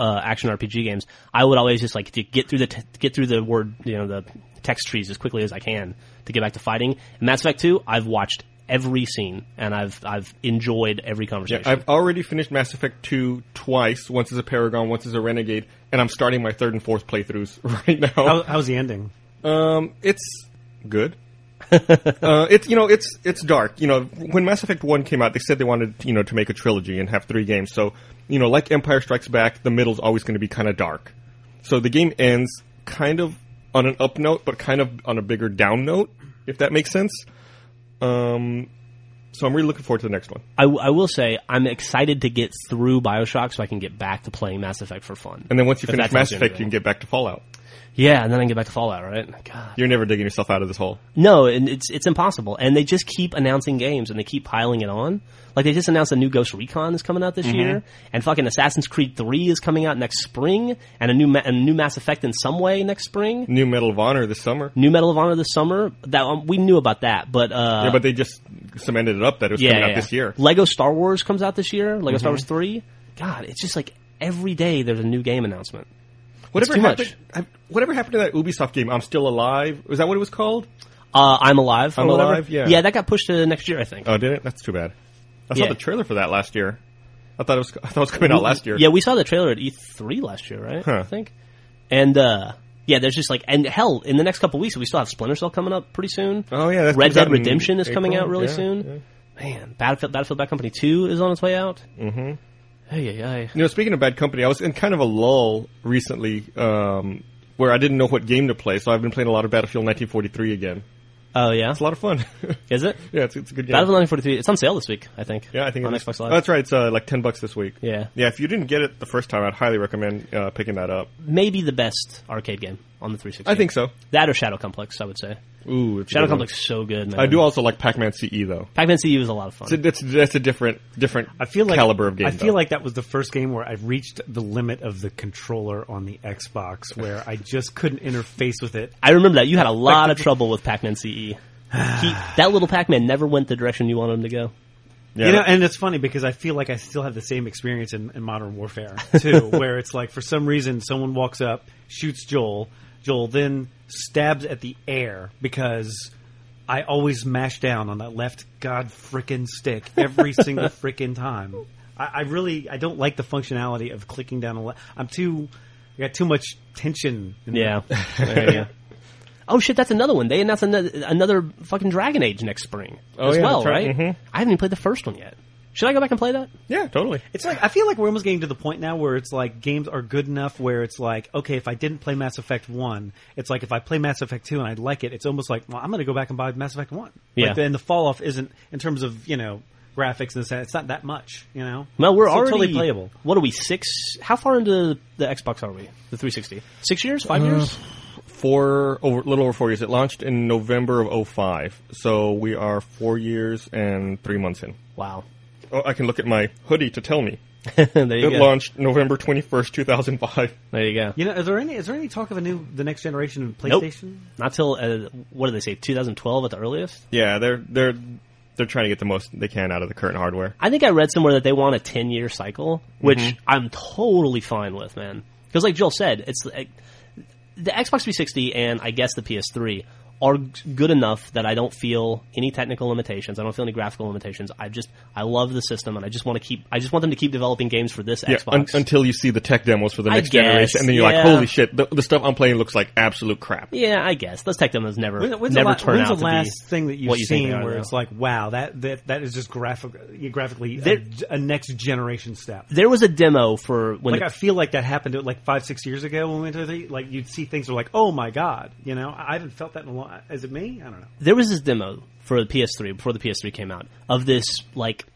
Speaker 1: uh, action RPG games. I would always just like to get through the t- get through the word you know the text trees as quickly as I can to get back to fighting. In Mass Effect Two, I've watched every scene and I've I've enjoyed every conversation.
Speaker 3: I've already finished Mass Effect 2 twice, once as a Paragon, once as a Renegade, and I'm starting my third and fourth playthroughs right now.
Speaker 4: How, how's the ending?
Speaker 3: Um, it's good. uh, it's you know it's it's dark. You know when Mass Effect One came out, they said they wanted you know to make a trilogy and have three games. So you know like Empire Strikes Back, the middle's always going to be kind of dark. So the game ends kind of on an up note, but kind of on a bigger down note, if that makes sense. Um, so I'm really looking forward to the next one.
Speaker 1: I, w- I will say I'm excited to get through Bioshock so I can get back to playing Mass Effect for fun.
Speaker 3: And then once you
Speaker 1: But
Speaker 3: finish
Speaker 1: that's
Speaker 3: Mass
Speaker 1: not
Speaker 3: Effect, you
Speaker 1: doing
Speaker 3: can get back to Fallout.
Speaker 1: yeah, and then I can get back to Fallout, right? God.
Speaker 3: You're never digging yourself out of this hole.
Speaker 1: No, and it's it's impossible. And they just keep announcing games and they keep piling it on. Like they just announced a new Ghost Recon is coming out
Speaker 3: Mm-hmm.
Speaker 1: this year, and fucking Assassin's Creed Three is coming out next spring, and a new Ma- and a new Mass Effect in some way next spring.
Speaker 3: New Medal of Honor this summer.
Speaker 1: New Medal of Honor this summer. That um, we knew about that, but uh,
Speaker 3: Yeah, but they just cemented it up that it was
Speaker 1: yeah,
Speaker 3: coming
Speaker 1: yeah,
Speaker 3: out
Speaker 1: yeah.
Speaker 3: this year. Mm-hmm.
Speaker 1: Lego Star Wars comes out this year. Lego Star Wars Three. God, it's just like every day there's a new game announcement.
Speaker 3: Whatever
Speaker 1: too much.
Speaker 3: happened? I, whatever happened to that Ubisoft game? I'm still alive. Was that what it was called?
Speaker 1: Uh, I'm alive. or
Speaker 3: I'm
Speaker 1: whatever.
Speaker 3: Alive, yeah.
Speaker 1: yeah, that got pushed to next year, I think.
Speaker 3: Oh, did it? That's too bad. I saw
Speaker 1: Yeah.
Speaker 3: the trailer for that last year. I thought it was. I thought it was coming out last year.
Speaker 1: Yeah, we saw the trailer at E3 last year, right?
Speaker 3: Huh.
Speaker 1: I think. And uh yeah, there's just like and hell, in the next couple weeks we still have Splinter Cell coming up pretty soon.
Speaker 3: Oh yeah, that
Speaker 1: Red
Speaker 3: comes out
Speaker 1: Dead
Speaker 3: in
Speaker 1: Redemption is coming
Speaker 3: April.
Speaker 1: out really
Speaker 3: Yeah,
Speaker 1: soon.
Speaker 3: yeah. Mm-hmm.
Speaker 1: Man, Battlefield Battlefield Bad Company 2 is on its way out. Mhm. Hey, hey,
Speaker 3: You know, speaking of bad company, I was in kind of a lull recently, um, where I didn't know what game to play. So I've been playing a lot of Battlefield 1943 again.
Speaker 1: Oh yeah.
Speaker 3: It's a lot of fun.
Speaker 1: Is it?
Speaker 3: yeah, it's, it's a good game.
Speaker 1: Battlefield 1943. It's on sale this week, I think.
Speaker 3: yeah, I think
Speaker 1: on
Speaker 3: it is.
Speaker 1: Xbox
Speaker 3: Oh,
Speaker 1: Live.
Speaker 3: that's right. It's uh, like ten bucks this week.
Speaker 1: Yeah.
Speaker 3: yeah. If you didn't get it the first time, I'd highly recommend uh, picking that up.
Speaker 1: Maybe the best arcade game on the 360.
Speaker 3: I think so.
Speaker 1: that or Shadow Complex, I would say.
Speaker 3: Ooh, it's a
Speaker 1: Shadow
Speaker 3: good one.
Speaker 1: Complex is so good, man.
Speaker 3: I do also like Pac-Man CE though.
Speaker 1: Pac-Man CU is a lot of fun.
Speaker 3: It's a, that's, that's a different different
Speaker 4: I feel like
Speaker 3: caliber of game.
Speaker 4: I feel
Speaker 3: though.
Speaker 4: like that was the first game where I reached the limit of the controller on the Xbox, where I just couldn't interface with it.
Speaker 1: I remember that you had a lot of trouble with Pac-Man CE. He, that little Pac-Man never went the direction you wanted him to go.
Speaker 3: yeah,
Speaker 4: You know, and it's funny because I feel like I still have the same experience in, in Modern Warfare too, where it's like for some reason someone walks up, shoots Joel, Joel then stabs at the air because I always mash down on that left god frickin' stick every single frickin' time. I, I really I don't like the functionality of clicking down a left. I'm too I got too much tension. In
Speaker 1: Yeah.
Speaker 4: there. yeah.
Speaker 1: oh shit, that's another one. They announced another, another fucking Dragon Age next spring
Speaker 3: Oh,
Speaker 1: as
Speaker 3: yeah,
Speaker 1: well,
Speaker 3: that's right.
Speaker 1: right? Mm-hmm. I haven't even played the first one yet. Should I go back and play that?
Speaker 3: yeah, totally.
Speaker 4: It's like I feel like we're almost getting to the point now where it's like games are good enough where it's like okay if I didn't play Mass Effect one, it's like if I play Mass Effect two and I like it, it's almost like well I'm going to go back and buy Mass Effect one.
Speaker 1: Yeah.
Speaker 4: Like, then the fall off isn't in terms of you know graphics and stuff. It's not that much. You know.
Speaker 1: No, we're
Speaker 4: It's still
Speaker 1: already
Speaker 4: totally playable.
Speaker 1: What are we? Six? How far into the Xbox are we? The 360? Six years?
Speaker 4: Uh,
Speaker 1: Five years?
Speaker 3: Four over a little over four years. It launched in November of 05. so we are four years and three months in.
Speaker 1: Wow.
Speaker 3: Oh, I can look at my hoodie to tell me
Speaker 1: there you
Speaker 3: it
Speaker 1: go.
Speaker 3: launched November twenty first, two thousand five.
Speaker 1: There you go.
Speaker 4: You know, is there any is there any talk of a new the next generation of
Speaker 1: Nope.
Speaker 4: PlayStation?
Speaker 1: Not till uh, what do they say? 2012 at the earliest.
Speaker 3: Yeah, they're they're they're trying to get the most they can out of the current hardware.
Speaker 1: I think I read somewhere that they want a 10 year cycle, which
Speaker 3: Mm-hmm.
Speaker 1: I'm totally fine with, man. Because like Joel said, it's like, the Xbox 360 and I guess the PS3 are g- good enough that I don't feel any technical limitations. I don't feel any graphical limitations. I just I love the system, and I just want to keep. I just want them to keep developing games for this
Speaker 3: Yeah, un-
Speaker 1: Xbox.
Speaker 3: until you see the tech demos for the
Speaker 1: I
Speaker 3: next
Speaker 1: guess,
Speaker 3: generation, and then you're
Speaker 1: yeah.
Speaker 3: like, "Holy shit! The, the stuff I'm playing looks like absolute crap."
Speaker 1: yeah, I guess those tech demos never
Speaker 4: When- When's,
Speaker 1: never
Speaker 4: the, la-
Speaker 1: turn
Speaker 4: when's
Speaker 1: out
Speaker 4: the
Speaker 1: to
Speaker 4: last
Speaker 1: be
Speaker 4: thing that you've
Speaker 1: what you think
Speaker 4: seen
Speaker 1: they are,
Speaker 4: where
Speaker 1: though.
Speaker 4: it's like, wow, that that, that is just graphic, graphically a, a next generation step?
Speaker 1: There was a demo for when
Speaker 4: Like
Speaker 1: the
Speaker 4: I feel like that happened like five, six years ago when we went to the like you'd see things that were like, oh my god, you know, I I haven't felt that in a long. Is it me? I don't know.
Speaker 1: there was this demo for the PS3 before the PS3 came out of this like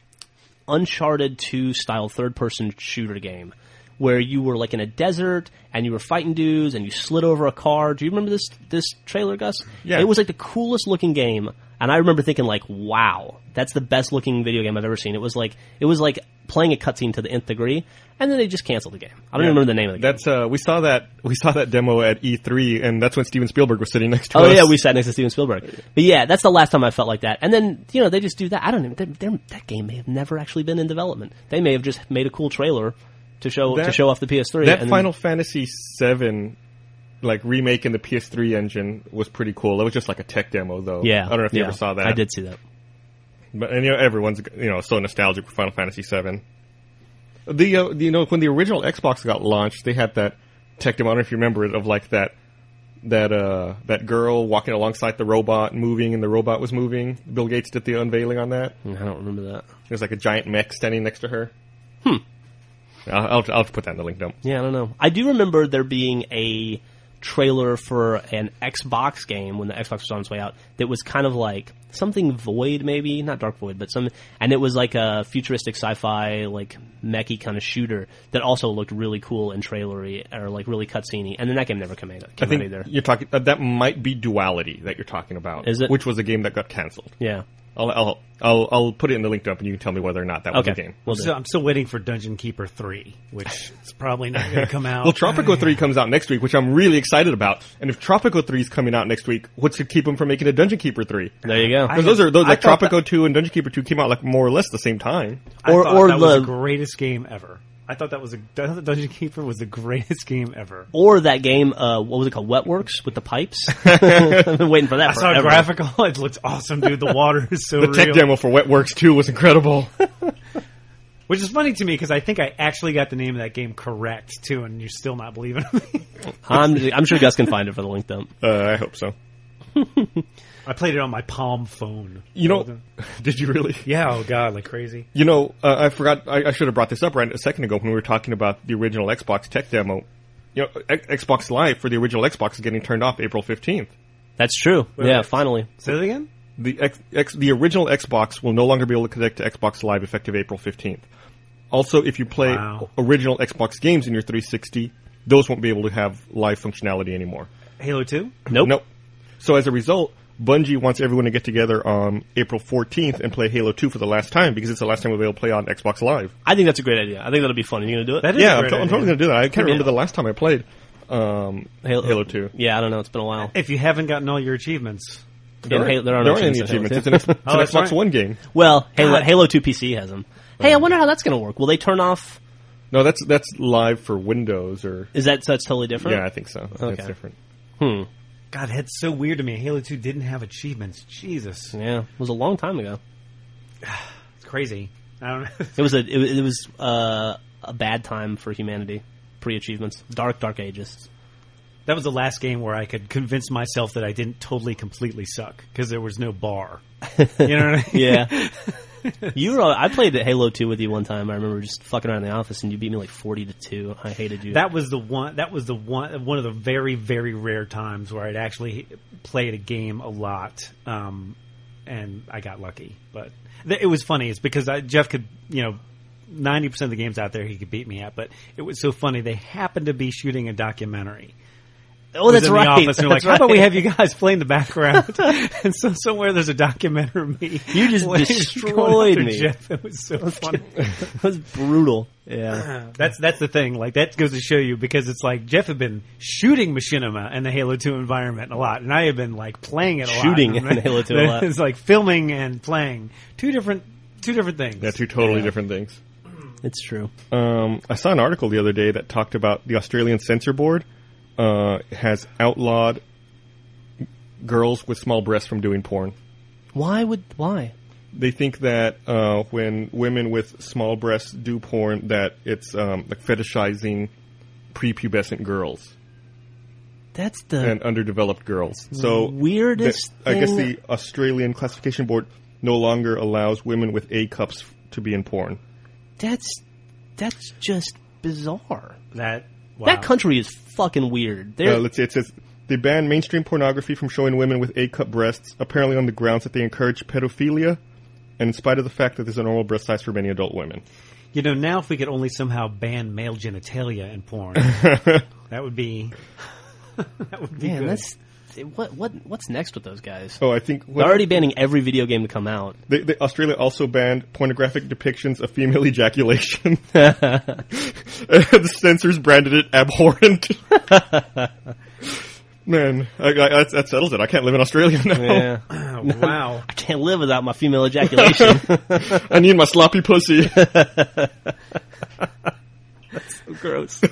Speaker 1: Uncharted 2 style third person shooter game where you were like in a desert and you were fighting dudes and you slid over a car. Do you remember this this trailer, Gus?
Speaker 3: Yeah.
Speaker 1: It was like the coolest looking game and I remember thinking like, "Wow, that's the best looking video game I've ever seen." It was like it was like playing a cutscene to the nth degree and then they just canceled the game. I don't even remember the name of the game.
Speaker 3: That's uh, we saw that we saw that demo at E3, and that's when Steven Spielberg was sitting next to
Speaker 1: Oh
Speaker 3: us.
Speaker 1: yeah, we sat next to Steven Spielberg. But yeah, that's the last time I felt like that. And then you know they just do that. I don't even they're, they're- that game may have never actually been in development. They may have just made a cool trailer to show to
Speaker 3: That-
Speaker 1: show off the PS3.
Speaker 3: that
Speaker 1: and
Speaker 3: Final Fantasy VII, like remake in the PS3 engine, was pretty cool. It was just like a tech demo, though.
Speaker 1: yeah,
Speaker 3: I don't know if you
Speaker 1: yeah,
Speaker 3: ever saw that.
Speaker 1: I did see that.
Speaker 3: But and you know, everyone's you know so nostalgic for Final Fantasy VII. The uh, you know when the original Xbox got launched, they had that tech demo. I don't know if you remember it of like that that uh that girl walking alongside the robot moving and the robot was moving. Bill Gates did the unveiling on that.
Speaker 1: Mm, I don't remember that.
Speaker 3: There's like a giant mech standing next to her. Hmm. I'll, I'll I'll put that in the link dump.
Speaker 1: Yeah, I don't know. I do remember there being a trailer for an Xbox game when the Xbox was on its way out that was kind of like something void maybe not dark void but some and it was like a futuristic sci-fi like mechy kind of shooter that also looked really cool and trailery or like really cutscene and then that game never came out,
Speaker 3: I
Speaker 1: came out
Speaker 3: think
Speaker 1: either
Speaker 3: you're talking. Uh, that might be duality that you're talking about.
Speaker 1: Is it?
Speaker 3: Which was a game that got canceled.
Speaker 1: yeah
Speaker 3: I'll I'll I'll, I'll put it in the link dump, and you can tell me whether or not that was
Speaker 1: okay
Speaker 3: a game.
Speaker 1: Will do.
Speaker 4: So I'm still waiting for Dungeon Keeper three, which is probably not going to come out.
Speaker 3: Well, Tropico 3 comes out next week, which I'm really excited about. And if Tropico 3 is coming out next week, what should keep them from making a Dungeon Keeper 3?
Speaker 1: there you go
Speaker 4: I-
Speaker 3: Because those are those
Speaker 4: I
Speaker 3: like
Speaker 4: thought
Speaker 3: Tropico 2 and Dungeon Keeper 2 came out like more or less the same time.
Speaker 4: I
Speaker 1: or-
Speaker 4: thought
Speaker 1: or
Speaker 4: that was
Speaker 1: the-
Speaker 4: the greatest game ever. I thought that was a I thought Dungeon Keeper was the greatest game ever.
Speaker 1: or that game uh what was it called Wetworks with the pipes I've been waiting for that
Speaker 4: I saw a
Speaker 1: forever.
Speaker 4: graphical. It looks awesome, dude. The water is so
Speaker 3: The
Speaker 4: real.
Speaker 3: tech demo for Wet Works 2 was incredible.
Speaker 4: Which is funny to me because I think I actually got the name of that game correct too, and you're still not believing me.
Speaker 1: I'm, I'm sure Gus can find it for the link dump
Speaker 3: uh, I hope so.
Speaker 4: I played it on my Palm phone.
Speaker 3: You know, did you really?
Speaker 4: Yeah, oh god, like crazy.
Speaker 3: You know, uh, I forgot. I, I should have brought this up right a second ago when we were talking about the original Xbox tech demo. You know, X- Xbox Live for the original Xbox is getting turned off April fifteenth.
Speaker 1: that's true yeah finally
Speaker 4: Say that again.
Speaker 3: The X, X, the original Xbox will no longer be able to connect to Xbox Live effective April fifteenth. Also, if you play
Speaker 4: Wow.
Speaker 3: original Xbox games in your 360, those won't be able to have live functionality anymore.
Speaker 4: Halo Two.
Speaker 1: nope
Speaker 3: Nope. So as a result, Bungie wants everyone to get together on April 14th and play Halo 2 for the last time because it's the last time we'll be able to play on Xbox Live.
Speaker 1: I think that's a great idea I think that'll be fun you gonna do it
Speaker 4: That is
Speaker 3: Yeah,
Speaker 4: a
Speaker 3: I'm,
Speaker 4: great
Speaker 3: to- I'm
Speaker 4: idea.
Speaker 3: totally gonna do that. I can't remember
Speaker 1: Yeah.
Speaker 3: the last time I played um, Halo, 2.
Speaker 1: Oh, Yeah, I don't know. It's been a while.
Speaker 4: If you haven't gotten all your achievements,
Speaker 1: Yeah, Halo- there aren't
Speaker 3: there aren't any
Speaker 1: achievements
Speaker 3: achievements.
Speaker 1: in
Speaker 3: It's an, X- it's an
Speaker 4: Oh, that's
Speaker 3: Xbox
Speaker 4: right.
Speaker 3: One game.
Speaker 1: Well, Halo,
Speaker 4: God.
Speaker 1: Halo 2 PC has them. Hey, I wonder how that's going to work. Will they turn off?
Speaker 3: No, that's that's live for Windows or
Speaker 1: Is that so that's totally different?
Speaker 3: yeah, I think so.
Speaker 1: Okay.
Speaker 3: That's different.
Speaker 4: God, that's so weird to me. Halo Two didn't have achievements. Jesus,
Speaker 1: Yeah, it was a long time ago.
Speaker 4: it's crazy. I don't know.
Speaker 1: It was a it, was- it was uh, a bad time for humanity. Pre achievements, dark dark ages.
Speaker 4: That was the last game where I could convince myself that I didn't totally completely suck because there was no bar. You know what I mean?
Speaker 1: Yeah, you were. I played Halo 2 with you one time. I remember just fucking around in the office, and you beat me like 40 to two. I hated you.
Speaker 4: That was the one. That was the one. One of the very, very rare times where I'd actually played a game a lot, um, and I got lucky. But th- it was funny. It's because I, Jeff could, you know, ninety percent of the games out there he could beat me at. But it was so funny. They happened to be shooting a documentary.
Speaker 1: oh,
Speaker 4: was
Speaker 1: that's
Speaker 4: in
Speaker 1: right.
Speaker 4: The office, and they're like,
Speaker 1: That's
Speaker 4: how about we
Speaker 1: right.
Speaker 4: have you guys play in the background? and so somewhere there's a documentary. of me.
Speaker 1: You just
Speaker 4: going
Speaker 1: destroyed
Speaker 4: after
Speaker 1: me.
Speaker 4: Jeff. It was so funny.
Speaker 1: That was brutal. Yeah.
Speaker 4: That's that's the thing. Like that goes to show you because it's like Jeff had been shooting Machinima and the Halo Two environment a lot, and I had been like playing it a
Speaker 1: Shooting
Speaker 4: lot.
Speaker 1: in Halo 2 a lot.
Speaker 4: It's like filming and playing two different two different things.
Speaker 3: Yeah, two totally different things.
Speaker 1: It's true.
Speaker 3: Um, I saw an article the other day that talked about the Australian censor board uh, has outlawed girls with small breasts from doing porn.
Speaker 1: Why would why?
Speaker 3: They think that uh, when women with small breasts do porn, that it's um, like fetishizing prepubescent girls
Speaker 1: That's the
Speaker 3: and underdeveloped girls. So
Speaker 1: Mm-hmm. weirdest.
Speaker 3: the- I guess
Speaker 1: thing-
Speaker 3: the Australian Classification Board no longer allows women with A cups to be in porn.
Speaker 1: that's that's just bizarre.
Speaker 4: That wow.
Speaker 1: That country is fucking weird. They're
Speaker 3: Uh, let's see. It says they ban mainstream pornography from showing women with A cup breasts, apparently on the grounds that they encourage pedophilia, and in spite of the fact that there's a normal breast size for many adult women.
Speaker 4: You know, now if we could only somehow ban male genitalia in porn, that would be that would be
Speaker 1: man,
Speaker 4: good.
Speaker 1: that's what what what's next with those guys?
Speaker 3: Oh, I think what,
Speaker 1: They're already banning every video game to come out.
Speaker 3: they, they, Australia also banned pornographic depictions of female ejaculation. the censors branded it abhorrent. Man, I, I, that, that settles it. I can't live in Australia now.
Speaker 4: Oh, wow.
Speaker 1: I can't live without my female ejaculation.
Speaker 3: I need my sloppy pussy.
Speaker 1: Gross.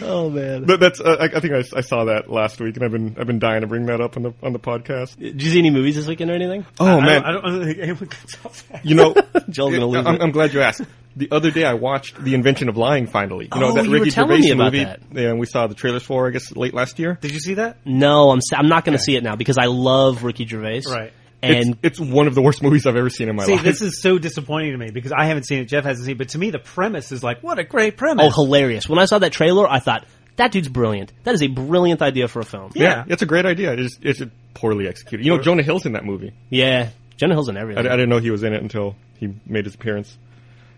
Speaker 1: oh man.
Speaker 3: That- that's uh, I, I think I, I saw that last week, and I've been I've been dying to bring that up on the on the podcast.
Speaker 1: Did you see any movies this weekend or anything?
Speaker 3: Oh
Speaker 4: I
Speaker 3: man,
Speaker 4: don't, I don't, I don't think anyone gets off that.
Speaker 3: you know,
Speaker 1: Joel's gonna lose
Speaker 3: I'm,
Speaker 1: it.
Speaker 3: I'm glad you asked. The other day, I watched The Invention of Lying. Finally, you know
Speaker 1: Oh,
Speaker 3: that
Speaker 1: you were
Speaker 3: Ricky
Speaker 1: telling me
Speaker 3: Gervais
Speaker 1: about
Speaker 3: movie,
Speaker 1: that.
Speaker 3: yeah, and we saw the trailers for. I guess late last year.
Speaker 4: Did you see that?
Speaker 1: No, I'm sa- I'm not going to see it now because I love Ricky Gervais.
Speaker 4: Right.
Speaker 1: And
Speaker 3: it's, it's one of the worst movies I've ever seen in my
Speaker 4: See,
Speaker 3: life.
Speaker 4: this is so disappointing to me because I haven't seen it. Jeff hasn't seen it, but to me, the premise is like, what a great premise!
Speaker 1: oh, hilarious! When I saw that trailer, I thought that dude's brilliant. That is a brilliant idea for a film.
Speaker 3: yeah.
Speaker 4: yeah.
Speaker 3: it's a great idea. It's, it's poorly executed. You know, Jonah Hill's in that movie.
Speaker 1: Yeah, Jonah Hill's in
Speaker 3: I, I
Speaker 1: everything.
Speaker 3: didn't know he was in it until he made his appearance.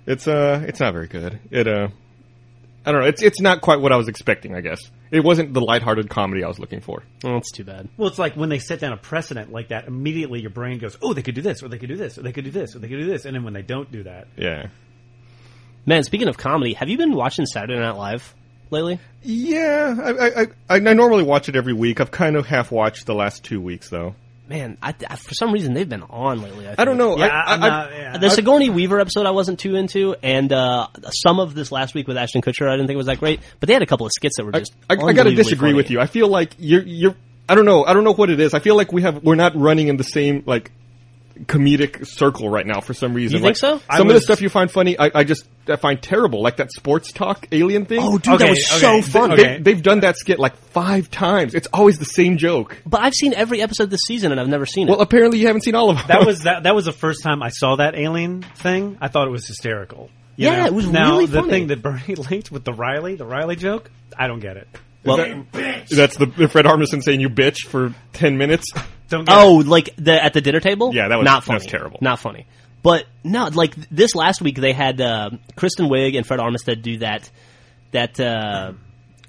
Speaker 3: It's uh, it's not very good. It uh, I don't know. It's it's not quite what I was expecting. I guess it wasn't the lighthearted comedy I was looking for.
Speaker 1: Oh, that's too bad.
Speaker 4: well, it's like when they set down a precedent like that, immediately your brain goes, oh, they could do this, or they could do this, or they could do this, or they could do this, and then when they don't do that,
Speaker 3: Yeah.
Speaker 1: Man, speaking of comedy, have you been watching Saturday Night Live lately?
Speaker 3: Yeah, I, I, I, I normally watch it every week. I've kind of half watched the last two weeks though.
Speaker 1: Man, I, I- for some reason they've been on lately. I,
Speaker 3: I don't
Speaker 1: think.
Speaker 3: know.
Speaker 4: yeah,
Speaker 3: I,
Speaker 4: I, am
Speaker 3: I-
Speaker 4: not. yeah.
Speaker 1: The Sigourney Weaver episode I wasn't too into, and uh, some of this last week with Ashton Kutcher I didn't think was that great. But they had a couple of skits that were
Speaker 3: I,
Speaker 1: just.
Speaker 3: I, I gotta
Speaker 1: unbelievably
Speaker 3: disagree
Speaker 1: funny.
Speaker 3: with you. I feel like you're you're. I don't know. I don't know what it is. I feel like we have we're not running in the same like comedic circle right now for some reason.
Speaker 1: You think
Speaker 3: Like,
Speaker 1: so?
Speaker 4: I
Speaker 3: Some of the
Speaker 4: was-
Speaker 3: stuff you find funny, I, I just I find terrible. Like that sports talk alien thing.
Speaker 1: Oh, dude, that
Speaker 4: Okay,
Speaker 1: was
Speaker 4: okay.
Speaker 1: so funny.
Speaker 4: Okay.
Speaker 3: They, they've done that skit like five times. It's always the same joke.
Speaker 1: But I've seen every episode this season, and I've never seen it.
Speaker 3: Well, apparently you haven't seen all of them.
Speaker 4: that was that, that was the first time I saw that alien thing. I thought it was hysterical. you
Speaker 1: Yeah,
Speaker 4: know?
Speaker 1: it was
Speaker 4: now,
Speaker 1: really
Speaker 4: the
Speaker 1: funny.
Speaker 4: thing that Bernie linked with the Riley, the Riley joke. I don't get it.
Speaker 1: Well-
Speaker 3: that's the Fred Armisen saying "you bitch" for ten minutes.
Speaker 4: Don't get
Speaker 1: Oh, like the at the dinner table?
Speaker 3: Yeah, that was-
Speaker 1: not
Speaker 3: that
Speaker 1: funny.
Speaker 3: was terrible.
Speaker 1: Not funny. But no, like this last week they had uh, Kristen Wiig and Fred Armistead do that that uh,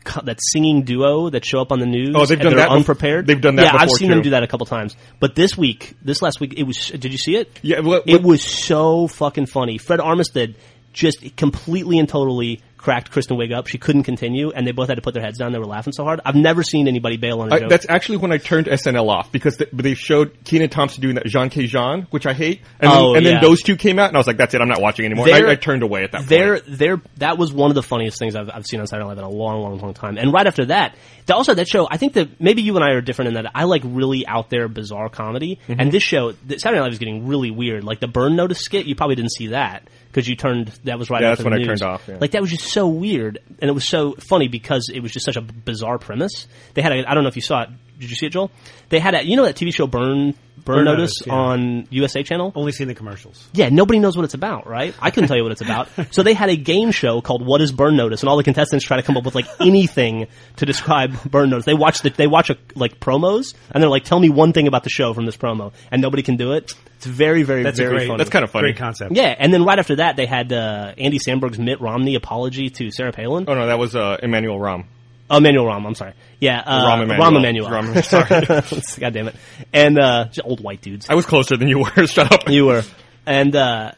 Speaker 1: co- that singing duo that show up on the news.
Speaker 3: Oh, they've
Speaker 1: and
Speaker 3: done
Speaker 1: they're
Speaker 3: that bef-
Speaker 1: unprepared.
Speaker 3: they've done that
Speaker 1: Yeah, I've
Speaker 3: before,
Speaker 1: seen
Speaker 3: too.
Speaker 1: them do that a couple times. But this week, this last week, it was. Did you see it?
Speaker 3: Yeah, what-
Speaker 1: it
Speaker 3: what-
Speaker 1: was so fucking funny. Fred Armistead just completely and totally cracked Kristen Wiig up. She couldn't continue, and they both had to put their heads down. They were laughing so hard. I've never seen anybody bail on a
Speaker 3: I,
Speaker 1: joke.
Speaker 3: that's actually when I turned SNL off because th- they showed Keenan Thompson doing that Jean K. Jean, which I hate, and,
Speaker 1: Oh,
Speaker 3: then, and
Speaker 1: yeah.
Speaker 3: then those two came out, and I was like, "That's it, I'm not watching anymore."
Speaker 1: They're-
Speaker 3: I, I turned away at that
Speaker 1: There,
Speaker 3: point.
Speaker 1: there. That was one of the funniest things I've, I've seen on Saturday Night Live in a long, long, long time. And right after that, th- also that show. I think that maybe you and I are different in that I like really out there bizarre comedy,
Speaker 3: Mm-hmm.
Speaker 1: and this show, th- Saturday Night Live is getting really weird. Like the Burn Notice skit, you probably didn't see that because you turned. That was right.
Speaker 3: Yeah,
Speaker 1: after
Speaker 3: that's
Speaker 1: the
Speaker 3: when I
Speaker 1: news.
Speaker 3: turned off, yeah.
Speaker 1: Like that was just so weird, and it was so funny because it was just such a b- bizarre premise. They had. A, I don't know if you saw it. Did you see it, Joel? They had a. You know that TV show Burn. Burn,
Speaker 4: Burn
Speaker 1: Notice,
Speaker 4: Notice, yeah.
Speaker 1: on USA Channel.
Speaker 4: only seen the commercials.
Speaker 1: Yeah, nobody knows what it's about, right? I couldn't tell you what it's about. So they had a game show called "What Is Burn Notice," and all the contestants try to come up with like anything to describe Burn Notice. They watch the, they watch a, like promos, and they're like, "Tell me one thing about the show from this promo," and nobody can do it. It's very, very,
Speaker 4: That's a
Speaker 1: very
Speaker 4: great-
Speaker 1: funny.
Speaker 3: That's kind of funny.
Speaker 4: Great concept.
Speaker 1: yeah, and then right after that, they had uh, Andy Sandberg's Mitt Romney apology to Sarah Palin.
Speaker 3: Oh no, that was uh, Emmanuel Rahm.
Speaker 1: Oh, Emmanuel Rahm, I'm sorry. Yeah, uh,
Speaker 3: Rahm Emanuel.
Speaker 1: Rahm Emanuel.
Speaker 3: Rahm-
Speaker 1: sorry. God damn it. And uh, just old white dudes.
Speaker 3: I was closer than you were. Shut up.
Speaker 1: You were, and uh,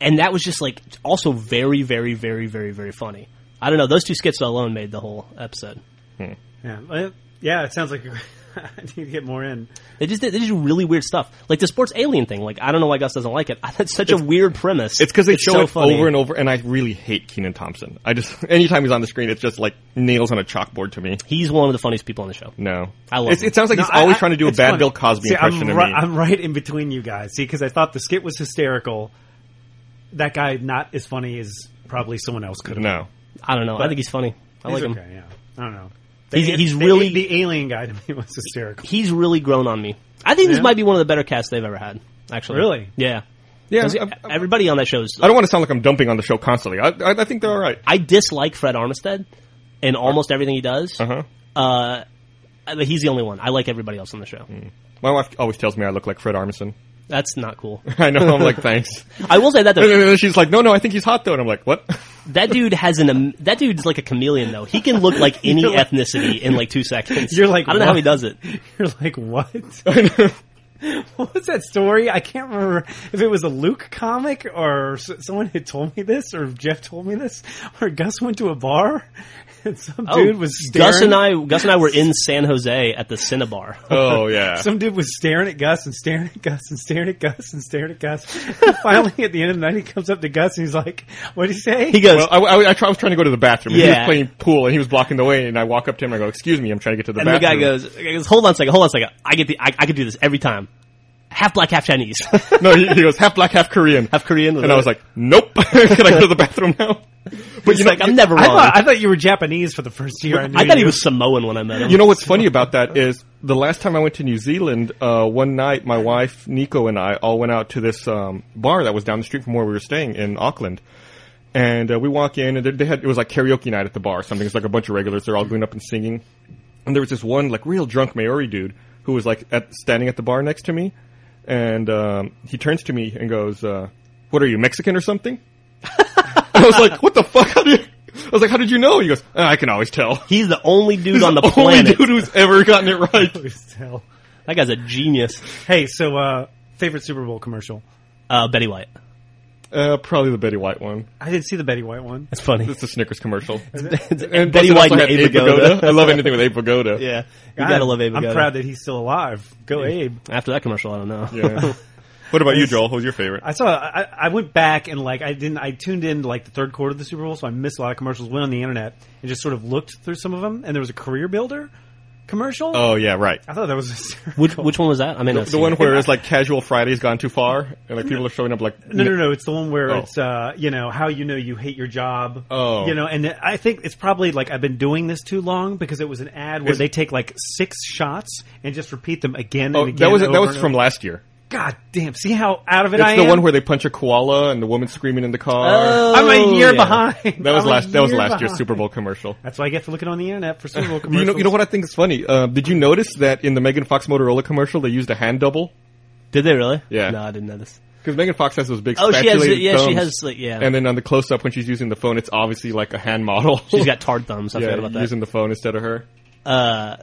Speaker 1: and that was just like also very, very, very, very, very funny. I don't know. Those two skits alone made the whole episode.
Speaker 4: Yeah. Uh, Yeah, it sounds like a, I need to get more in.
Speaker 1: They just did, they just do really weird stuff, like the sports alien thing. Like I don't know why Gus doesn't like it. That's such a weird premise.
Speaker 3: It's because they show
Speaker 1: so
Speaker 3: it
Speaker 1: funny.
Speaker 3: over and over, and I really hate Keenan Thompson. I just anytime he's on the screen, it's just like nails on a chalkboard to me.
Speaker 1: He's one of the funniest people on the show.
Speaker 3: No,
Speaker 1: I love
Speaker 3: It's-
Speaker 1: him.
Speaker 3: it. sounds like he's
Speaker 4: No, I-
Speaker 3: always
Speaker 4: I-
Speaker 3: trying to do a
Speaker 4: it's
Speaker 3: bad
Speaker 4: funny.
Speaker 3: Bill Cosby
Speaker 4: See,
Speaker 3: impression
Speaker 4: I'm
Speaker 3: of
Speaker 4: ri-
Speaker 3: me.
Speaker 4: I'm right in between you guys. See, because I thought the skit was hysterical. That guy not as funny as probably someone else could have.
Speaker 3: no,
Speaker 1: I don't know. I think he's funny. I like
Speaker 4: He's
Speaker 1: him.
Speaker 4: okay, yeah. I don't know.
Speaker 1: He's-
Speaker 4: They-
Speaker 1: he's
Speaker 4: they-
Speaker 1: really-
Speaker 4: the alien guy to me was hysterical.
Speaker 1: He's really grown on me. I think this
Speaker 4: Yeah?
Speaker 1: might be one of the better casts they've ever had. Actually,
Speaker 4: Really?
Speaker 1: yeah,
Speaker 3: yeah.
Speaker 1: 'Cause
Speaker 3: I'm- I'm-
Speaker 1: everybody on that show is.
Speaker 3: I don't want to sound like I'm dumping on the show constantly. I, I, I think they're all right.
Speaker 1: I dislike Fred Armistead in almost everything he does.
Speaker 3: Uh huh.
Speaker 1: Uh, but he's the only one. I like everybody else on the show.
Speaker 3: My wife always tells me I look like Fred Armisen.
Speaker 1: That's not cool.
Speaker 3: I know. I'm like, thanks.
Speaker 1: I will say that
Speaker 3: And
Speaker 1: though,
Speaker 3: then she's like, no, no, I think he's hot though. And I'm like, what?
Speaker 1: that dude has an um, that dude's like a chameleon though. He can look like any ethnicity in like two seconds.
Speaker 4: You're like,
Speaker 1: I don't know how
Speaker 4: what?
Speaker 1: he does it.
Speaker 4: You're like, what? what was that story? I can't remember if it was a Luke comic or s- someone had told me this or Jeff told me this or Gus went to a bar and some dude was staring.
Speaker 1: Oh, Gus and I. Gus and I were in San Jose at the Cinnabar.
Speaker 3: Oh yeah.
Speaker 4: Some dude was staring at Gus and staring at Gus and staring at Gus and staring at Gus. And finally, at the end of the night, he comes up to Gus and he's like, "What did he say?"
Speaker 1: He goes,
Speaker 3: Well, uh, I, I, I, try- I was trying to go to the bathroom. and He
Speaker 1: Yeah.
Speaker 3: was playing pool and he was blocking the way. And I walk up to him. I go, "Excuse me, I'm trying to get to the
Speaker 1: and the
Speaker 3: bathroom."
Speaker 1: guy goes, the guy goes, "Hold on a second. Hold on a second. I get the. I, I could do this every time. Half black, half Chinese, half
Speaker 3: no, he, he goes half black, half Korean.
Speaker 1: Korean."
Speaker 3: and I was like, "Nope, can I go to the bathroom now?" But
Speaker 1: He's like, I'm never wrong.
Speaker 4: I thought, I thought you were Japanese for the first year. I, knew
Speaker 1: I thought he
Speaker 4: you.
Speaker 1: was Samoan when I met him.
Speaker 3: You know what's funny about that is the last time I went to New Zealand, uh, one night my wife Nico and I all went out to this um, bar that was down the street from where we were staying in Auckland, and uh, we walk in and they- they had it was like karaoke night at the bar or something. It's like a bunch of regulars. They're all going up and singing, and there was this one like real drunk Maori dude who was like at, standing at the bar next to me, and um, he turns to me and goes, uh, "What are you Mexican or something?" I was like, "What the fuck?" How do you? I was like, "How did you know?" He goes, "Ah, "I can always tell."
Speaker 1: He's the only dude on the
Speaker 3: He's only
Speaker 1: planet.
Speaker 3: dude who's ever gotten it right.
Speaker 4: Hell.
Speaker 1: That guy's a genius.
Speaker 4: Hey, so uh, favorite Super Bowl commercial?
Speaker 1: Uh, Betty White.
Speaker 3: Uh, probably the Betty White one.
Speaker 4: I didn't see the Betty White one.
Speaker 1: That's funny.
Speaker 3: It's the Snickers commercial.
Speaker 1: And Betty White and Abe Vigoda.
Speaker 3: I love anything with Abe Vigoda.
Speaker 1: Yeah, you gotta
Speaker 4: I'm-
Speaker 1: love Abe.
Speaker 4: I'm
Speaker 1: Vigoda.
Speaker 4: proud that he's still alive. Go Abe.
Speaker 1: After that commercial, I don't know.
Speaker 3: Yeah. What about you, Joel? Who's your favorite?
Speaker 4: I saw. I, I went back and like I didn't. I tuned in to, like the third quarter of the Super Bowl, so I missed a lot of commercials. Went on the internet and just sort of looked through some of them, and there was a career builder commercial.
Speaker 3: Oh yeah, right.
Speaker 4: I thought that was hysterical.
Speaker 1: Which which one was that? I mean,
Speaker 3: The one where it's like casual Friday's gone too far, and like people are showing up like
Speaker 4: No, no, no. It's the one where
Speaker 3: Oh.
Speaker 4: it's uh, you know how you know you hate your job.
Speaker 3: Oh.
Speaker 4: you know, and I think it's probably like I've been doing this too long because it was an ad where
Speaker 3: It's-
Speaker 4: they take like six shots and just repeat them again and
Speaker 3: Oh,
Speaker 4: again.
Speaker 3: that was
Speaker 4: over
Speaker 3: that was
Speaker 4: and
Speaker 3: from
Speaker 4: over.
Speaker 3: last year.
Speaker 4: God damn! See how out of it
Speaker 3: It's
Speaker 4: I
Speaker 3: the
Speaker 4: am.
Speaker 3: one where they punch a koala and the woman screaming in the car.
Speaker 1: Oh,
Speaker 4: I'm a year
Speaker 1: yeah.
Speaker 4: behind.
Speaker 3: that was
Speaker 4: I'm a
Speaker 3: last that was
Speaker 4: year
Speaker 3: last year's
Speaker 4: behind.
Speaker 3: Super Bowl commercial.
Speaker 4: That's why I get to looking on the internet for Super Bowl commercials.
Speaker 3: You know, you know what I think is funny. Uh, did you notice that in the Megan Fox Motorola commercial they used a hand double
Speaker 1: Did they really?
Speaker 3: Yeah.
Speaker 1: No, I didn't notice.
Speaker 3: because Megan Fox has those big
Speaker 1: Oh, she has.
Speaker 3: spatulated
Speaker 1: Yeah, she
Speaker 3: thumbs.
Speaker 1: has. Like, yeah,
Speaker 3: And then on the close up when she's using the phone, it's obviously like a hand model.
Speaker 1: she's got tarred thumbs. I
Speaker 3: yeah,
Speaker 1: forgot about that.
Speaker 3: using the phone instead of her.
Speaker 1: uh,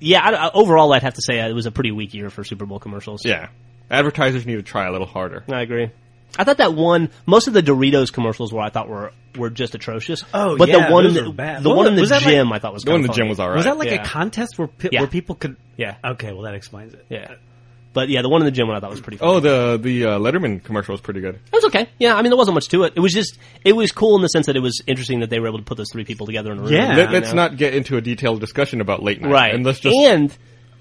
Speaker 1: yeah. I, I- overall, I'd have to say uh, it was a pretty weak year for Super Bowl commercials.
Speaker 3: Yeah, advertisers need to try a little harder.
Speaker 1: I agree. I thought that one, most of the Doritos commercials were I thought were were just atrocious.
Speaker 4: Oh,
Speaker 1: but
Speaker 4: yeah,
Speaker 1: the one
Speaker 4: those
Speaker 1: in
Speaker 4: are
Speaker 1: the,
Speaker 4: bad.
Speaker 1: the
Speaker 4: What
Speaker 1: one in
Speaker 4: was-
Speaker 1: the
Speaker 4: was that like-
Speaker 1: gym I thought was
Speaker 3: The one in the
Speaker 1: kinda
Speaker 3: gym
Speaker 1: funny.
Speaker 3: was all right.
Speaker 4: Was that like
Speaker 1: Yeah.
Speaker 4: a contest where pe-
Speaker 1: Yeah.
Speaker 4: where people could?
Speaker 1: yeah
Speaker 4: Okay, well that explains it.
Speaker 1: yeah, but yeah, the one in the gym one I thought was pretty. Funny.
Speaker 3: oh, the the uh, Letterman commercial was pretty good.
Speaker 1: It was okay. Yeah, I mean, there wasn't much to it. It was just, it was cool in the sense that it was interesting that they were able to put those three people together in a room.
Speaker 4: Yeah.
Speaker 1: you
Speaker 3: Let, let's
Speaker 1: know?
Speaker 3: not get into a detailed discussion about late night.
Speaker 1: right.
Speaker 3: And let's just.
Speaker 1: and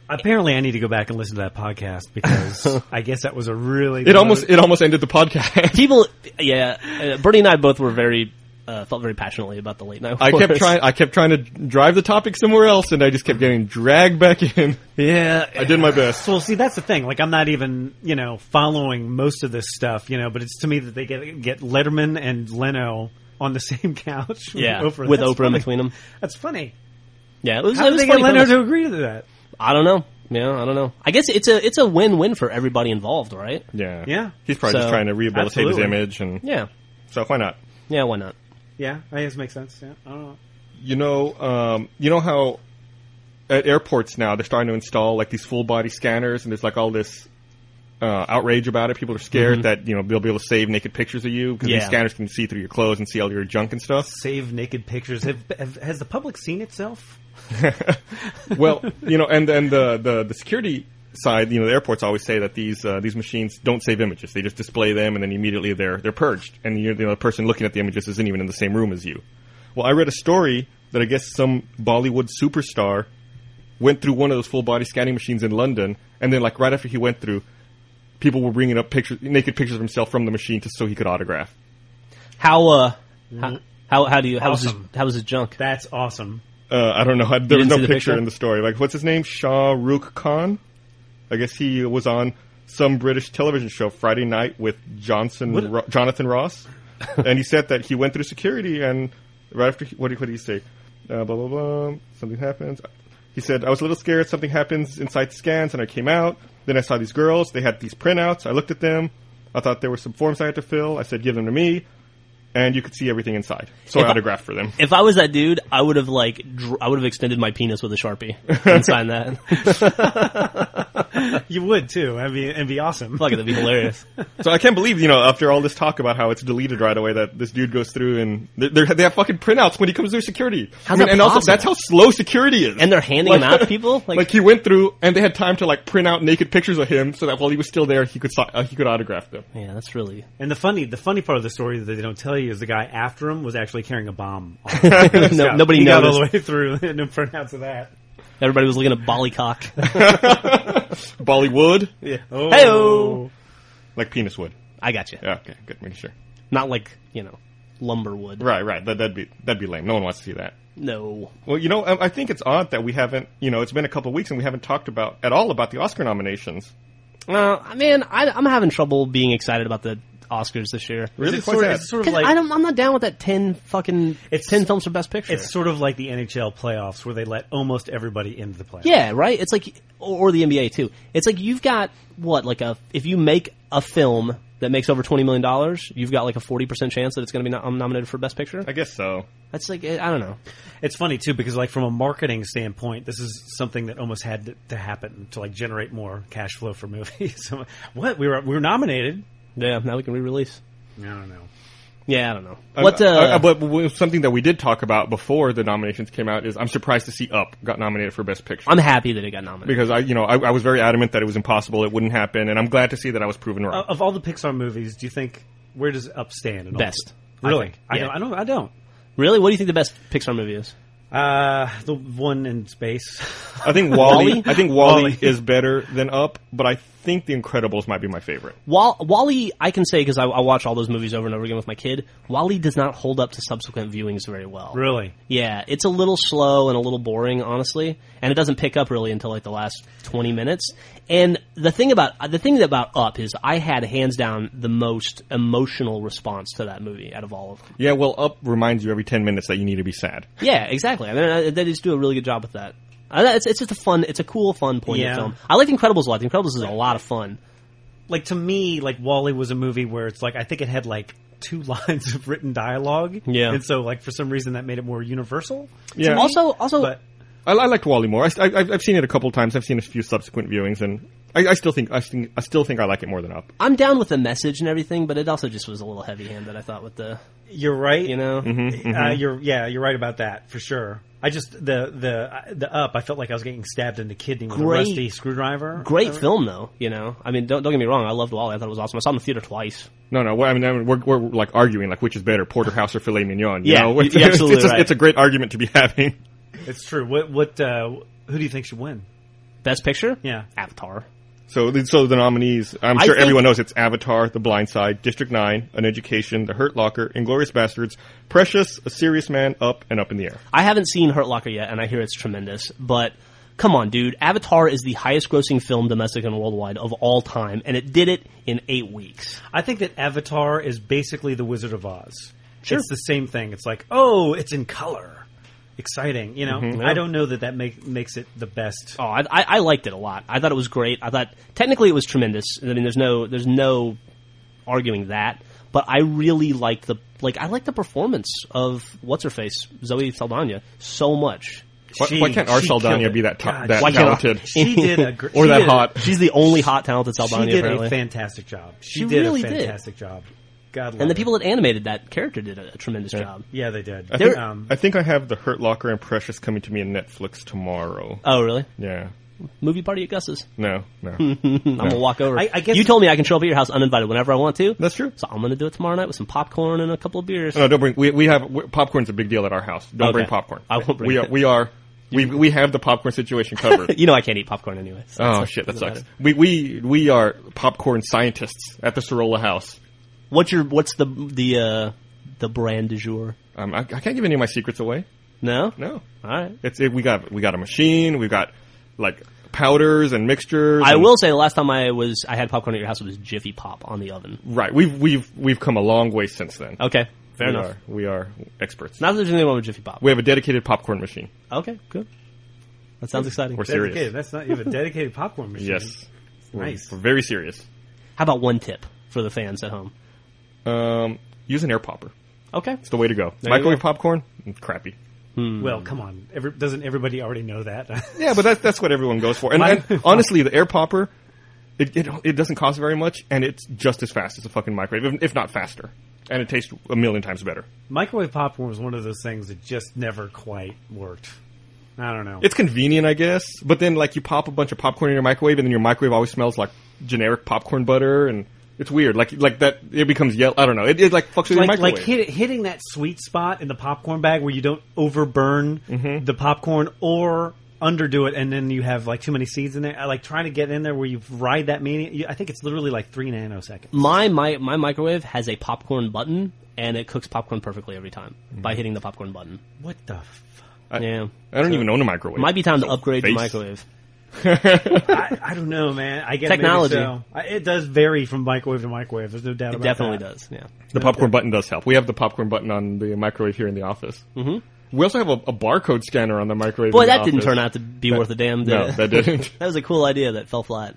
Speaker 4: Apparently, I need to go back and listen to that podcast because I guess that was a really
Speaker 3: it almost it almost ended the podcast.
Speaker 1: people, yeah, uh, Bernie and I both were very uh, felt very passionately about the late night.
Speaker 3: I kept
Speaker 1: wars.
Speaker 3: trying. I kept trying to drive the topic somewhere else, and I just kept getting dragged back in.
Speaker 1: Yeah,
Speaker 3: I did my best.
Speaker 4: Well, see, that's the thing. Like, I'm not even you know following most of this stuff, you know. But it's to me that they get get Letterman and Leno on the same couch.
Speaker 1: yeah,
Speaker 4: with Oprah,
Speaker 1: with Oprah
Speaker 4: That's
Speaker 1: in
Speaker 4: funny.
Speaker 1: between them.
Speaker 4: That's funny.
Speaker 1: Yeah, it was.
Speaker 4: How
Speaker 1: it
Speaker 4: did
Speaker 1: was
Speaker 4: they get
Speaker 1: funny
Speaker 4: Leno
Speaker 1: premise.
Speaker 4: to agree to that?
Speaker 1: I don't know. Yeah, I don't know. I guess it's a it's a win win for everybody involved, right?
Speaker 3: Yeah.
Speaker 4: Yeah.
Speaker 3: He's probably
Speaker 1: So,
Speaker 3: just trying to rehabilitate
Speaker 4: absolutely.
Speaker 3: his image, and
Speaker 1: Yeah,
Speaker 3: so why not?
Speaker 1: yeah. Why not?
Speaker 4: Yeah, I guess it makes sense. Yeah, I don't know.
Speaker 3: You know, um, you know how at airports now they're starting to install like these full body scanners, and there's like all this uh, outrage about it. People are scared that you know they'll be able to save naked pictures of you because
Speaker 1: Yeah.
Speaker 3: these scanners can see through your clothes and see all your junk and stuff.
Speaker 4: Save naked pictures. Have, have, has the public seen itself?
Speaker 3: well, you know, and and the, the the security side, you know, the airports always say that these uh, these machines don't save images; they just display them, and then immediately they're they're purged, and you know, the person looking at the images isn't even in the same room as you. Well, I read a story that I guess some Bollywood superstar went through one of those full body scanning machines in London, and then like right after he went through, people were bringing up pictures, naked pictures of himself from the machine, just so he could autograph.
Speaker 1: How uh how how, how do you how was
Speaker 4: Awesome.
Speaker 1: his, how was his junk?
Speaker 4: That's awesome.
Speaker 3: Uh, I don't know. I, there
Speaker 1: didn't
Speaker 3: was no
Speaker 1: see the
Speaker 3: picture,
Speaker 1: picture?
Speaker 3: in the story. Like, what's his name? Shah Rukh Khan. I guess he was on some British television show Friday night with Johnson Ro- Jonathan Ross, and he said that he went through security and right after he, what did, what did he say? Uh, blah blah blah. Something happens. He said I was a little scared. Something happens inside scans, and I came out. Then I saw these girls. They had these printouts. I looked at them. I thought there were some forms I had to fill. I said, give them to me. And you could see everything inside. So I
Speaker 1: If I-
Speaker 3: autographed for them.
Speaker 1: If I was that dude, I would have like dr- I would have extended my penis with a sharpie and signed that.
Speaker 4: You would too. I mean, it'd be awesome.
Speaker 1: Fuck it, that'd be hilarious.
Speaker 3: So I can't believe, you know, after all this talk about how it's deleted right away, that this dude goes through and they're, they're, they have fucking printouts when he comes through security.
Speaker 1: How's
Speaker 3: I mean,
Speaker 1: that
Speaker 3: and also,
Speaker 1: possible?
Speaker 3: that's how slow security is.
Speaker 1: And they're handing them out to people? Like-
Speaker 3: Like, he went through and they had time to like print out naked pictures of him so that while he was still there, he could si- uh, he could autograph them.
Speaker 1: Yeah, that's really
Speaker 4: And the funny, the funny part of the story that they don't tell you is the guy after him was actually carrying a bomb.
Speaker 1: no, nobody
Speaker 4: he got
Speaker 1: noticed.
Speaker 4: all the way through. no printouts of that.
Speaker 1: Everybody was looking at Bollycock.
Speaker 3: Bollywood,
Speaker 4: Yeah. Oh.
Speaker 1: Hey-o.
Speaker 3: like penis wood.
Speaker 1: I got you.
Speaker 3: Yeah, okay, good, making sure.
Speaker 1: Not like you know lumberwood.
Speaker 3: Right, right. That, that'd be that'd be lame. No one wants to see that.
Speaker 1: No,
Speaker 3: Well, you know, I I think it's odd that we haven't. You know, it's been a couple of weeks and we haven't talked about at all about the Oscar nominations.
Speaker 1: uh, man, I, I'm having trouble being excited about the Oscars this year.
Speaker 3: Really,
Speaker 4: It's
Speaker 3: Why's
Speaker 4: sort, of,
Speaker 3: that?
Speaker 4: it's sort of
Speaker 1: 'Cause
Speaker 4: like
Speaker 1: I don't, I'm not down with that ten fucking
Speaker 4: It's-
Speaker 1: ten films for best picture.
Speaker 4: it's sort of like the NHL playoffs where they let almost everybody into the playoffs.
Speaker 1: Yeah, right. It's like, or, or the NBA too. It's like you've got what, like a if you make a film that makes over twenty million dollars, you've got like a forty percent chance that it's going to be nom- nominated for best picture.
Speaker 3: I guess so.
Speaker 1: That's like I don't know.
Speaker 4: It's funny too because like from a marketing standpoint, this is something that almost had to, to happen to like generate more cash flow for movies. So, what we were we were nominated.
Speaker 1: Yeah, now we can re-release.
Speaker 4: I don't know.
Speaker 1: Yeah, I don't know. What? Uh,
Speaker 3: I- I- but w- something that we did talk about before the nominations came out is I'm surprised to see Up got nominated for Best Picture
Speaker 1: I'm happy that it got nominated.
Speaker 3: because I, you know, I, I was very adamant that it was impossible, it wouldn't happen, and I'm glad to see that I was proven wrong.
Speaker 4: Of- Of all the Pixar movies, do you think where does Up stand? in all
Speaker 1: Best.
Speaker 4: the-
Speaker 1: I
Speaker 4: really?
Speaker 1: think.
Speaker 4: I,
Speaker 1: Yeah.
Speaker 4: don't. I don't. I don't.
Speaker 1: Really, what do you think the best Pixar movie is?
Speaker 4: Uh, the one in space.
Speaker 3: I think Wally,
Speaker 1: Wall-E?
Speaker 3: I think Wally,
Speaker 4: Wall-E.
Speaker 3: is better than Up, but I think The Incredibles might be my favorite.
Speaker 1: Wall- Wally, I can say because I, I watch all those movies over and over again with my kid. Wally does not hold up to subsequent viewings very well.
Speaker 4: really?
Speaker 1: Yeah, it's a little slow and a little boring, honestly, and it doesn't pick up really until like the last twenty minutes. And the thing about the thing about Up is I had hands down the most emotional response to that movie out of all of them.
Speaker 3: Yeah, well, Up reminds you every 10 minutes that you need to be sad.
Speaker 1: Yeah, exactly. I mean, I, they just do a really good job with that. I, it's, it's just a fun, it's a cool, fun point
Speaker 4: Yeah.
Speaker 1: of film. I like Incredibles a lot. The Incredibles is a lot of fun.
Speaker 4: Like to me, like Wally was a movie where it's like I think it had like two lines of written dialogue.
Speaker 1: Yeah.
Speaker 4: And so like for some reason that made it more universal.
Speaker 3: Yeah,
Speaker 1: Also, also,
Speaker 4: But
Speaker 3: I, I liked Wally more. I, I, I've I've seen it a couple times. I've seen a few subsequent viewings, and I, I still think I, think I still think I like it more than Up.
Speaker 1: I'm down with the message and everything, but it also just was a little heavy-handed. I thought with the,
Speaker 4: you're right.
Speaker 1: you know, Mm-hmm,
Speaker 4: Uh, you're yeah, you're right about that for sure. I just the the the up. I felt like I was getting stabbed in the kidney with
Speaker 1: Great-
Speaker 4: a rusty screwdriver.
Speaker 1: great film though. You know, I mean, don't don't get me wrong. I loved Wally. I thought it was awesome. I saw it in the theater twice.
Speaker 3: No, no. well, I mean, I mean we're, we're like arguing like which is better, porterhouse or filet mignon. You
Speaker 1: Yeah,
Speaker 3: know?
Speaker 1: you're
Speaker 3: It's- it's-
Speaker 1: absolutely
Speaker 3: it's, a-
Speaker 1: right.
Speaker 3: it's a great argument to be having.
Speaker 4: It's true. What what uh, who do you think should win?
Speaker 1: Best Picture?
Speaker 4: Yeah.
Speaker 1: Avatar.
Speaker 3: So, the- so the nominees. I'm
Speaker 1: I
Speaker 3: sure
Speaker 1: think-
Speaker 3: everyone knows it's Avatar, The Blind Side, District Nine, An Education, The Hurt Locker, Inglorious Bastards, Precious, A Serious Man, Up, and Up in the Air.
Speaker 1: I haven't seen Hurt Locker yet, and I hear it's tremendous, but come on, dude. Avatar is the highest grossing film domestic and worldwide of all time, and it did it in eight weeks.
Speaker 4: I think that Avatar is basically the Wizard of Oz.
Speaker 1: Sure.
Speaker 4: It's the same thing. It's like oh, it's in color, exciting. You know,
Speaker 3: Mm-hmm.
Speaker 4: I don't know that that make, makes it the best.
Speaker 1: Oh, I, I, I liked it a lot. I thought it was great. I thought technically it was tremendous. I mean, there's no, there's no arguing that. But I really liked the, like, I liked the performance of what's her face, Zoe Saldana, so much.
Speaker 3: Why,
Speaker 4: She-
Speaker 3: why can't R.
Speaker 4: she
Speaker 3: Saldana
Speaker 4: killed it.
Speaker 3: be that ta-
Speaker 4: God,
Speaker 3: that
Speaker 1: why can't I-
Speaker 3: talented?
Speaker 4: She did a gr-
Speaker 3: Or
Speaker 4: she
Speaker 3: that
Speaker 4: did a-
Speaker 3: hot.
Speaker 1: She's the only hot, talented
Speaker 4: She
Speaker 1: Saldana.
Speaker 4: did a
Speaker 1: apparently.
Speaker 4: fantastic job. She,
Speaker 1: She
Speaker 4: did
Speaker 1: really
Speaker 4: a
Speaker 1: did.
Speaker 4: fantastic job. God love
Speaker 1: And the
Speaker 4: it.
Speaker 1: people that animated that character did a, a tremendous job.
Speaker 4: Yeah, they did.
Speaker 3: I think,
Speaker 4: um,
Speaker 3: I think I have the Hurt Locker and Precious coming to me on Netflix tomorrow.
Speaker 1: Oh, really?
Speaker 3: Yeah.
Speaker 1: Movie party at Gus's.
Speaker 3: No, no.
Speaker 1: I'm gonna walk over.
Speaker 4: I- I guess-
Speaker 1: you told me I can show up at your house uninvited whenever I want to.
Speaker 3: That's true.
Speaker 1: So I'm gonna do it tomorrow night with some popcorn and a couple of beers.
Speaker 3: No, don't bring. We we have we, popcorn's a big deal at our house. Don't
Speaker 1: Okay.
Speaker 3: bring popcorn.
Speaker 1: I won't bring
Speaker 3: we
Speaker 1: it.
Speaker 3: are, we are we we have the popcorn situation covered.
Speaker 1: You know I can't eat popcorn anyway. so
Speaker 3: oh
Speaker 1: that's-
Speaker 3: shit, that
Speaker 1: doesn't
Speaker 3: sucks.
Speaker 1: matter.
Speaker 3: We we we are popcorn scientists at the Sorolla house.
Speaker 1: What's your What's the the uh, the brand du jour?
Speaker 3: Um, I, I can't give any of my secrets away.
Speaker 1: No,
Speaker 3: No,
Speaker 1: All right.
Speaker 3: it's it, we got we got a machine. We've got like powders and mixtures.
Speaker 1: I
Speaker 3: and-
Speaker 1: will say the last time I was I had popcorn at your house was Jiffy Pop on the oven.
Speaker 3: Right. We've we've we've come a long way since then.
Speaker 1: Okay, fair
Speaker 3: we
Speaker 1: enough.
Speaker 3: Are, we are experts.
Speaker 1: Not that there's anything wrong with Jiffy Pop.
Speaker 3: we have a dedicated popcorn machine.
Speaker 1: Okay, good. That sounds exciting.
Speaker 3: We're serious.
Speaker 4: dedicated. That's not you have a dedicated popcorn machine.
Speaker 3: Yes. We're-
Speaker 4: Nice.
Speaker 3: We're very serious.
Speaker 1: How about one tip for the fans at home?
Speaker 3: Um, use an air popper.
Speaker 1: Okay.
Speaker 3: It's the way to go.
Speaker 1: you
Speaker 3: Microwave popcorn, Mm, crappy. Mm-hmm.
Speaker 4: Well, come on. Every, doesn't everybody already know that?
Speaker 3: Yeah, but that's that's what everyone goes for. And,
Speaker 4: My-
Speaker 3: and honestly, the air popper, it, it it doesn't cost very much, and it's just as fast as a fucking microwave, if- if not faster, and it tastes a million times better.
Speaker 4: Microwave popcorn was one of those things that just never quite worked. I don't know.
Speaker 3: It's convenient, I guess, but then like you pop a bunch of popcorn in your microwave, and then your microwave always smells like generic popcorn butter, and it's weird. Like like that, it becomes yellow. I don't know. It, it like fucks with your
Speaker 4: like
Speaker 3: microwave.
Speaker 4: like hit, hitting that sweet spot in the popcorn bag where you don't overburn
Speaker 1: Mm-hmm.
Speaker 4: the popcorn or underdo it, and then you have like too many seeds in there. I like trying to get in there where you ride that mania. you- I think it's literally like three nanoseconds.
Speaker 1: My my my microwave has a popcorn button and it cooks popcorn perfectly every time
Speaker 3: Mm-hmm.
Speaker 1: by hitting the popcorn button.
Speaker 4: What the? F-
Speaker 3: I,
Speaker 1: Yeah.
Speaker 3: I don't even own a microwave.
Speaker 1: Might be time to upgrade the
Speaker 3: Uh, face.
Speaker 1: microwave.
Speaker 4: I, I don't know, man. I get maybe
Speaker 1: Technology.
Speaker 4: so. I, it does vary from microwave to microwave. There's no doubt.
Speaker 1: It
Speaker 4: about
Speaker 1: definitely
Speaker 4: that.
Speaker 1: does. Yeah.
Speaker 3: The popcorn button does help. We have the popcorn button on the microwave here in the office. Mm-hmm. We also have a, a barcode scanner on the microwave.
Speaker 1: Boy,
Speaker 3: in the
Speaker 1: that didn't
Speaker 3: office.
Speaker 1: turn out to be worth a damn. Did
Speaker 3: No,
Speaker 1: it?
Speaker 3: that didn't.
Speaker 1: That was a cool idea that fell flat.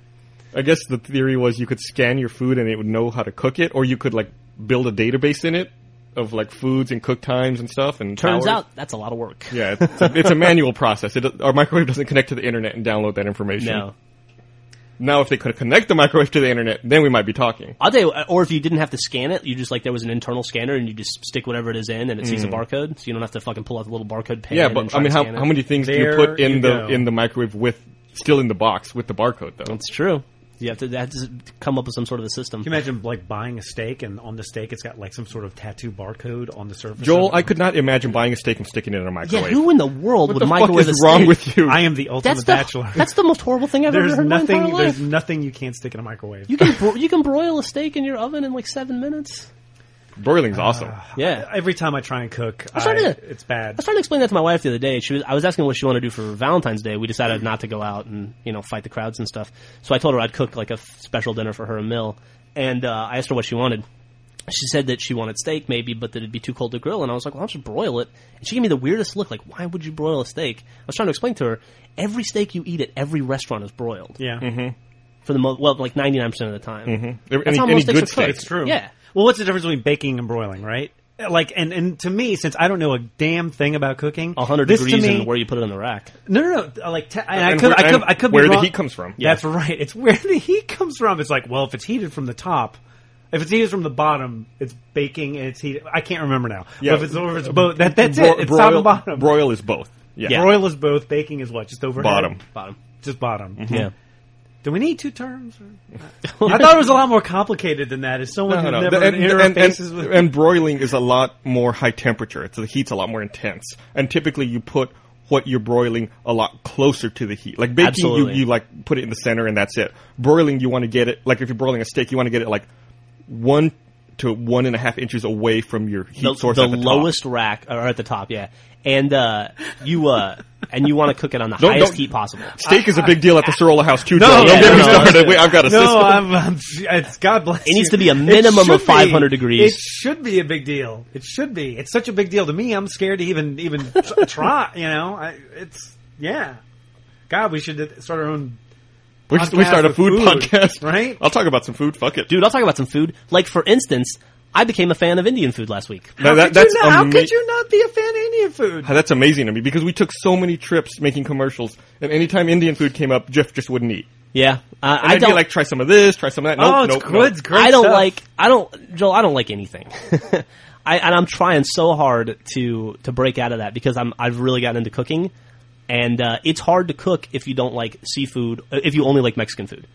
Speaker 3: I guess the theory was you could scan your food and it would know how to cook it, or you could like build a database in it of like foods and cook times and stuff. And
Speaker 1: Turns
Speaker 3: hours.
Speaker 1: out that's a lot of work.
Speaker 3: yeah, it's a, it's a manual process. It, our microwave doesn't connect to the internet and download that information.
Speaker 1: No.
Speaker 3: Now, if they could connect the microwave to the internet, then we might be talking.
Speaker 1: I'll tell you, uh, or if you didn't have to scan it, you just like there was an internal scanner and you just stick whatever it is in and it sees a barcode, so you don't have to fucking pull out the little barcode pen.
Speaker 3: Mm. Yeah,
Speaker 1: and
Speaker 3: but
Speaker 1: try
Speaker 3: I mean,
Speaker 1: to
Speaker 3: how,
Speaker 1: scan it.
Speaker 3: how many things
Speaker 4: There
Speaker 3: do you put in
Speaker 4: you
Speaker 3: the
Speaker 4: go.
Speaker 3: in the microwave with still in the box with the barcode though?
Speaker 1: It's true. You have to, that has to come up with some sort of a system.
Speaker 4: Can you imagine like buying a steak and on the steak it's got like some sort of tattoo barcode on the surface?
Speaker 3: Joel,
Speaker 4: of it?
Speaker 3: I could not imagine buying a steak and sticking it in a
Speaker 1: Yeah,
Speaker 3: microwave.
Speaker 1: who in the world
Speaker 3: what
Speaker 1: would
Speaker 3: the fuck
Speaker 1: microwave
Speaker 3: is
Speaker 1: a
Speaker 3: wrong
Speaker 1: steak?
Speaker 3: with you?
Speaker 4: I am the ultimate
Speaker 1: That's the
Speaker 4: bachelor.
Speaker 1: that's the most horrible thing I've
Speaker 4: there's
Speaker 1: ever heard in my
Speaker 4: nothing.
Speaker 1: entire life.
Speaker 4: There's nothing you can't stick in a microwave.
Speaker 1: You can bro- you can broil a steak in your oven in like seven minutes.
Speaker 3: Broiling's
Speaker 1: Uh,
Speaker 3: awesome.
Speaker 1: Yeah, I,
Speaker 4: Every time I try and cook, I
Speaker 1: started to-
Speaker 4: it's bad.
Speaker 1: was trying to explain that to my wife the other day. She was I was asking what she wanted to do for Valentine's Day. We
Speaker 4: Mm.
Speaker 1: decided not to go out and you know fight the crowds and stuff. So I told her I'd cook like a f- special dinner for her, a meal, and uh, I asked her what she wanted. She said that she wanted steak, maybe, but that it'd be too cold to grill. And I was like, "Well, I'll just broil it." And she gave me the weirdest look, like, "Why would you broil a steak?" I was trying to explain to her every steak you eat at every restaurant is broiled
Speaker 4: yeah,
Speaker 3: Mm-hmm.
Speaker 4: Mm-hmm.
Speaker 1: for the mo- well, like ninety nine percent of the time.
Speaker 3: Any,
Speaker 1: how
Speaker 3: any
Speaker 1: most
Speaker 3: good
Speaker 1: steaks are
Speaker 3: steak.
Speaker 1: cooked.
Speaker 4: it's true.
Speaker 1: Yeah.
Speaker 4: Well, what's the difference between baking and broiling, right? Like, and and to me, since I don't know a damn thing about cooking,
Speaker 1: A hundred
Speaker 4: this to
Speaker 1: degrees
Speaker 4: me-
Speaker 1: and where you put it on the rack.
Speaker 4: No, no, no. Like, te- and I
Speaker 3: And
Speaker 4: could,
Speaker 3: where-
Speaker 4: I could,
Speaker 3: and
Speaker 4: I could be
Speaker 3: where the
Speaker 4: wrong.
Speaker 3: heat comes from.
Speaker 4: That's right. It's where the heat comes from. It's like, well, if it's heated from the top, if it's heated from the bottom, it's baking and it's heated. I can't remember now.
Speaker 3: Yeah.
Speaker 4: But if it's, or if it's both, that, that's
Speaker 3: Bro-
Speaker 4: it. It's top
Speaker 3: broil,
Speaker 4: and bottom.
Speaker 3: broil is both. Yeah.
Speaker 4: Broil is both. Baking is what? Just overhead.
Speaker 3: Bottom. Mm-hmm.
Speaker 1: Bottom.
Speaker 4: Just bottom.
Speaker 1: Yeah.
Speaker 4: Do we need two terms? Or- I thought it was a lot more complicated than that. As someone
Speaker 3: No,
Speaker 4: who
Speaker 3: no, no.
Speaker 4: never
Speaker 3: And, and,
Speaker 4: interfaces
Speaker 3: and,
Speaker 4: with
Speaker 3: and broiling is a lot more high temperature. It's, the heat's a lot more intense. And typically you put what you're broiling a lot closer to the heat. Like baking, you,
Speaker 1: Absolutely.
Speaker 3: you like put it in the center and that's it. Broiling, you want to get it, like if you're broiling a steak, you want to get it like one to one and a half inches away from your heat
Speaker 1: the,
Speaker 3: source
Speaker 1: the
Speaker 3: at the top.
Speaker 1: lowest rack or at the top, yeah. And uh, you uh, and you want to cook it on the
Speaker 3: Don't-
Speaker 1: highest
Speaker 3: don't-
Speaker 1: heat possible.
Speaker 3: Steak is a big deal at the Sorolla House too, Joel. Don't get
Speaker 4: yeah,
Speaker 1: no,
Speaker 3: me
Speaker 1: no,
Speaker 3: started. Wait, I've got a
Speaker 4: no,
Speaker 3: system.
Speaker 4: I'm, I'm, it's God bless.
Speaker 1: It needs
Speaker 4: you.
Speaker 1: to be a
Speaker 4: It
Speaker 1: minimum of
Speaker 4: should be.
Speaker 1: 500 degrees.
Speaker 4: It should be a big deal. It should be. It's such a big deal to me. I'm scared to even even tr- try. You know, I, it's yeah. God, we should start our own
Speaker 3: we, should- we
Speaker 4: podcast
Speaker 3: start a
Speaker 4: with
Speaker 3: food,
Speaker 4: food,
Speaker 3: podcast.
Speaker 4: right?
Speaker 3: I'll talk about some food. Fuck it.
Speaker 1: Dude, I'll talk about some food. Like for instance, I became a fan of Indian food last week.
Speaker 3: Now, that-
Speaker 4: Could you
Speaker 3: that's
Speaker 4: not- how
Speaker 3: ama-
Speaker 4: could you not be a fan of Indian food?
Speaker 3: That's amazing to me because we took so many trips making commercials, and anytime Indian food came up, Jeff just wouldn't eat.
Speaker 1: Yeah, uh,
Speaker 3: And
Speaker 1: I
Speaker 3: then you
Speaker 1: don't
Speaker 3: like try some of this, try some of that. Nope,
Speaker 4: oh, it's
Speaker 3: nope,
Speaker 4: good.
Speaker 3: nope.
Speaker 4: It's great.
Speaker 1: I don't
Speaker 4: stuff.
Speaker 1: like. I don't, Joel. I don't like anything. I, and I'm trying so hard to to break out of that because I'm I've really gotten into cooking, and uh, it's hard to cook if you don't like seafood. uh, If you only like Mexican food,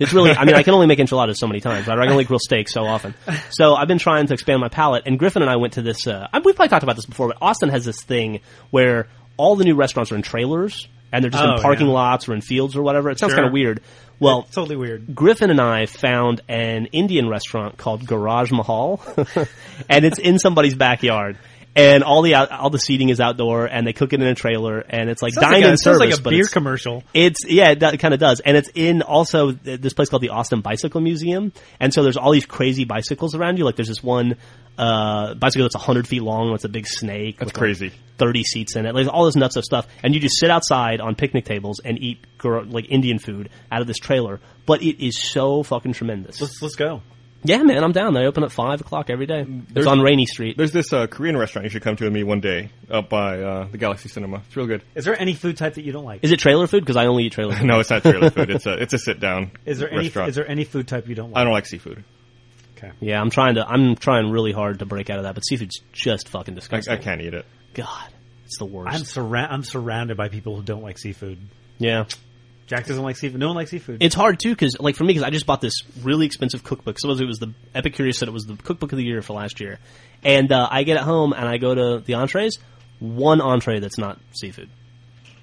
Speaker 1: it's really. I mean, I can only make enchiladas so many times. Right? I can only grill steak so often. So I've been trying to expand my palate. And Griffin and I went to this. Uh, I, we've probably talked about this before, but Austin has this thing where all the new restaurants are in trailers and they're just
Speaker 4: Oh,
Speaker 1: in parking
Speaker 4: yeah.
Speaker 1: lots or in fields or whatever. It sounds
Speaker 4: Sure.
Speaker 1: kind of weird. Well,
Speaker 4: It's totally weird.
Speaker 1: Griffin and I found an Indian restaurant called Garage Mahal, and it's in somebody's backyard. And all the out, all the seating is outdoor, and they cook it in a trailer, and it's like
Speaker 4: Sounds
Speaker 1: dine
Speaker 4: like a,
Speaker 1: in
Speaker 4: it sounds
Speaker 1: service.
Speaker 4: like a
Speaker 1: but
Speaker 4: beer
Speaker 1: it's,
Speaker 4: commercial.
Speaker 1: it's yeah, it, kind of does, and it's in also th- this place called the Austin Bicycle Museum, and so there's all these crazy bicycles around you. Like there's this one uh, bicycle that's hundred feet long with a big snake. That's
Speaker 3: crazy.
Speaker 1: Thirty seats in it, like all this nuts of stuff, and you just sit outside on picnic tables and eat gar- like Indian food out of this trailer. But it is so fucking tremendous.
Speaker 4: Let's let's go.
Speaker 1: yeah, man, I'm down. They open at five o'clock every day. It's
Speaker 3: There's-
Speaker 1: on Rainy Street.
Speaker 3: There's this uh, Korean restaurant you should come to with me one day up by uh, the Galaxy Cinema. It's real good.
Speaker 4: Is there any food type that you don't like?
Speaker 1: Is it trailer food? Because I only eat trailer. food.
Speaker 3: No, it's not trailer food. It's a it's a sit down.
Speaker 4: Is there any
Speaker 3: restaurant.
Speaker 4: is there any food type you don't like?
Speaker 3: I don't like seafood.
Speaker 4: Okay.
Speaker 1: Yeah, I'm trying to. I'm trying really hard to break out of that, but seafood's just fucking
Speaker 3: I,
Speaker 1: disgusting.
Speaker 3: I can't eat it.
Speaker 1: God, it's the worst.
Speaker 4: I'm surra- I'm surrounded by people who don't like seafood.
Speaker 1: Yeah.
Speaker 4: Jack doesn't like seafood. No one likes seafood.
Speaker 1: It's hard too because, like, for me, because I just bought this really expensive cookbook. Suppose it was the Epicurious said it was the cookbook of the year for last year, and uh, I get it home and I go to the entrees. One entree that's not seafood.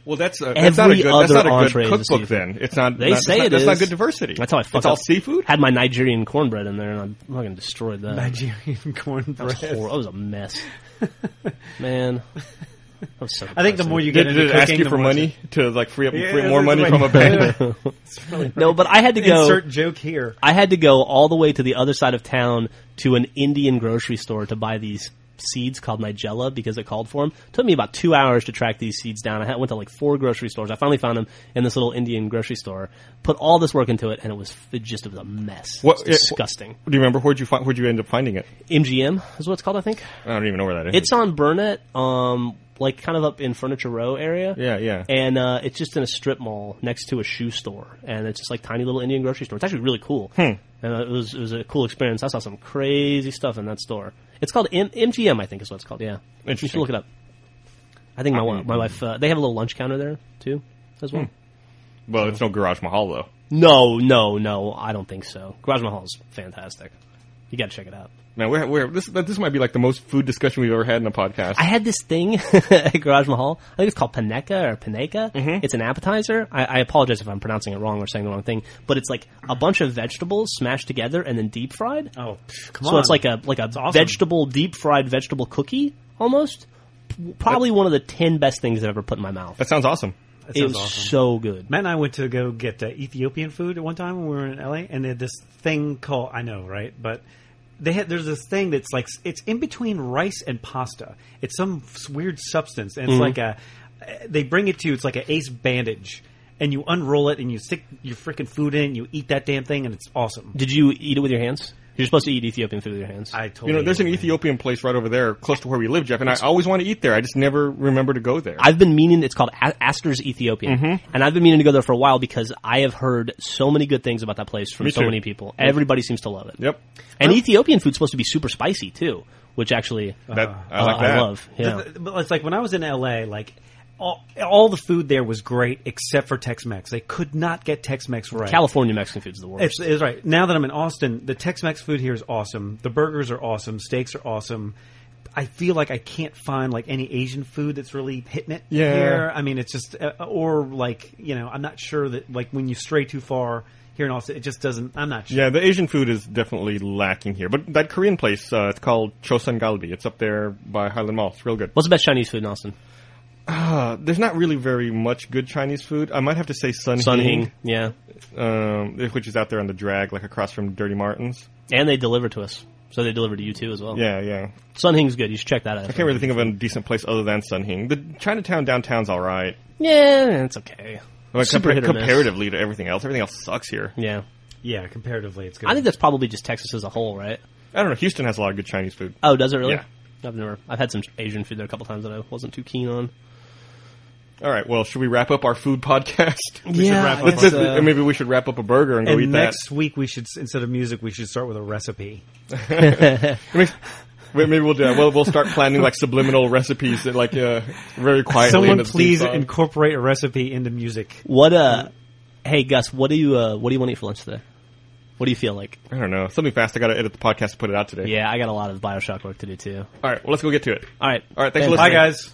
Speaker 3: Well, that's, uh, that's not a
Speaker 1: Every
Speaker 3: good, that's
Speaker 1: other
Speaker 3: not a
Speaker 1: entree
Speaker 3: good
Speaker 1: is
Speaker 3: cookbook.
Speaker 1: seafood.
Speaker 3: Then it's not.
Speaker 1: They
Speaker 3: not,
Speaker 1: say
Speaker 3: that's
Speaker 1: it
Speaker 3: not, that's
Speaker 1: is.
Speaker 3: not good diversity.
Speaker 1: That's how I fucked
Speaker 3: It's all
Speaker 1: up.
Speaker 3: seafood.
Speaker 1: Had my Nigerian cornbread in there and I fucking destroyed that.
Speaker 4: Nigerian cornbread.
Speaker 1: That was hor- that was a mess, man. That was so
Speaker 4: I think the more you get
Speaker 3: Did,
Speaker 4: into
Speaker 3: did it
Speaker 4: cooking,
Speaker 3: ask you
Speaker 4: the
Speaker 3: for
Speaker 4: more
Speaker 3: money to like free up
Speaker 4: Yeah,
Speaker 3: free up more
Speaker 4: that's
Speaker 3: money
Speaker 4: right.
Speaker 3: from a bank?
Speaker 1: no, but I had to go.
Speaker 4: Insert joke here.
Speaker 1: I had to go all the way to the other side of town to an Indian grocery store to buy these seeds called nigella because it called for them. Took me about two hours to track these seeds down. I had, went to like four grocery stores. I finally found them in this little Indian grocery store. Put all this work into it, and it was it just it was a mess.
Speaker 3: What-
Speaker 1: It was disgusting.
Speaker 3: Do you remember where'd you find, where'd you end up finding it?
Speaker 1: MGM is what it's called, I think.
Speaker 3: I don't even know where that is.
Speaker 1: It's on Burnett, um, like kind of up in Furniture Row area.
Speaker 3: yeah, yeah.
Speaker 1: And uh, it's just in a strip mall next to a shoe store, and it's just like tiny little Indian grocery store. It's actually really cool,
Speaker 3: Hmm.
Speaker 1: and uh, it was it was a cool experience. I saw some crazy stuff in that store. It's called M- MGM, I think is what it's called. Yeah, you should
Speaker 3: Interesting.
Speaker 1: look it up. I think my wa- my wife uh, they have a little lunch counter there too as
Speaker 3: Hmm.
Speaker 1: well.
Speaker 3: well, it's no Garage Mahal though.
Speaker 1: No, no, no, I don't think so. Garage Mahal is fantastic. You got to check it out.
Speaker 3: Now we're, we're this this might be like the most food discussion we've ever had in a podcast.
Speaker 1: I had this thing at Garage Mahal. I think it's called Paneka or Paneka.
Speaker 4: Mm-hmm.
Speaker 1: It's an appetizer. I, I apologize if I'm pronouncing it wrong or saying the wrong thing, but it's like a bunch of vegetables smashed together and then deep fried.
Speaker 4: Oh, pff, come on.
Speaker 1: so it's like a like a
Speaker 4: awesome.
Speaker 1: vegetable deep fried vegetable cookie almost. P- Probably one of the ten best things I've ever put in my mouth.
Speaker 3: that sounds awesome.
Speaker 4: That
Speaker 1: It
Speaker 4: sounds
Speaker 1: was
Speaker 4: awesome.
Speaker 1: so good.
Speaker 4: Matt and I went to go get uh, Ethiopian food at one time when we were in LA, and they had this thing called I know, right? But they had there's this thing that's like it's in between rice and pasta. It's some s- weird substance, and it's
Speaker 3: Mm-hmm.
Speaker 4: like a they bring it to you. It's like an ace bandage, and you unroll it and you stick your freaking food in. You eat that damn thing, and it's awesome.
Speaker 1: Did you eat it with your hands? You're supposed to eat Ethiopian food with your hands.
Speaker 4: I totally
Speaker 3: You know, there's an
Speaker 4: agree.
Speaker 3: Ethiopian place right over there, close to where we live, Jeff, and I always want to eat there. I just never remember to go there.
Speaker 1: I've been meaning it's called A- Astor's Ethiopian,
Speaker 3: Mm-hmm.
Speaker 1: and I've been meaning to go there for a while because I have heard so many good things about that place from
Speaker 3: Me
Speaker 1: so
Speaker 3: too.
Speaker 1: many people. Everybody seems to love it.
Speaker 3: yep,
Speaker 1: And Ethiopian food's supposed to be super spicy too, which actually
Speaker 3: that, I
Speaker 1: uh,
Speaker 3: like that.
Speaker 1: I love. Yeah.
Speaker 4: Th- th- But it's like when I was in LA, like all, all the food there was great except for Tex-Mex. They could not get Tex-Mex right.
Speaker 1: California Mexican food's the worst.
Speaker 4: It's, it's right. Now that I'm in Austin, the Tex-Mex food here is awesome. The burgers are awesome. Steaks are awesome. I feel like I can't find like any Asian food that's really hitting it
Speaker 3: Yeah.
Speaker 4: here. I mean, it's just uh, or like you know, I'm not sure that like when you stray too far here in Austin, it just doesn't. I'm not sure.
Speaker 3: Yeah, the Asian food is definitely lacking here. But that Korean place, uh, it's called Chosun Galbi. It's up there by Highland Mall. It's real good.
Speaker 1: What's the best Chinese food in Austin?
Speaker 3: Uh, there's not really very much good Chinese food. I might have to say Sun,
Speaker 1: Sun
Speaker 3: Hing,
Speaker 1: Hing, yeah.
Speaker 3: um, which is out there on the drag, like across from Dirty Martin's.
Speaker 1: And they deliver to us, so they deliver to you too as well.
Speaker 3: Yeah, yeah.
Speaker 1: Sun Hing's good. You should check that out.
Speaker 3: I can't really think of a decent place other than Sun Hing. The Chinatown downtown's all right.
Speaker 1: Yeah, it's okay.
Speaker 3: Like,
Speaker 1: Super
Speaker 3: compar-
Speaker 1: hit or miss.
Speaker 3: comparatively to everything else, everything else sucks here.
Speaker 1: Yeah,
Speaker 4: Yeah, comparatively, it's good.
Speaker 1: I think that's probably just Texas as a whole, right?
Speaker 3: I don't know. Houston has a lot of good Chinese food.
Speaker 1: Oh, does it really?
Speaker 3: Yeah.
Speaker 1: I've never. I've had some Asian food there a couple times that I wasn't too keen on.
Speaker 3: All right. Well, should we wrap up our food podcast?
Speaker 1: We should Yeah, wrap I up. guess, uh,
Speaker 3: maybe we should wrap up a burger and go eat
Speaker 4: And next week we should, s- instead of music, we should start with a recipe.
Speaker 3: that. Maybe- Wait, maybe we'll do that. We'll, we'll start planning like subliminal recipes that like uh, very quietly.
Speaker 4: Someone
Speaker 3: into the theme
Speaker 4: please
Speaker 3: song.
Speaker 4: incorporate a recipe into music.
Speaker 1: What uh hey Gus, what do you uh what do you want to eat for lunch today? What do you feel like?
Speaker 3: I don't know something fast. I got to edit the podcast to put it out today.
Speaker 1: Yeah, I got a lot of Bioshock work to do too.
Speaker 3: All right. Well, let's go get to it.
Speaker 1: All right.
Speaker 3: All right. Thanks for
Speaker 1: Ben,
Speaker 3: listening.
Speaker 4: Bye, guys.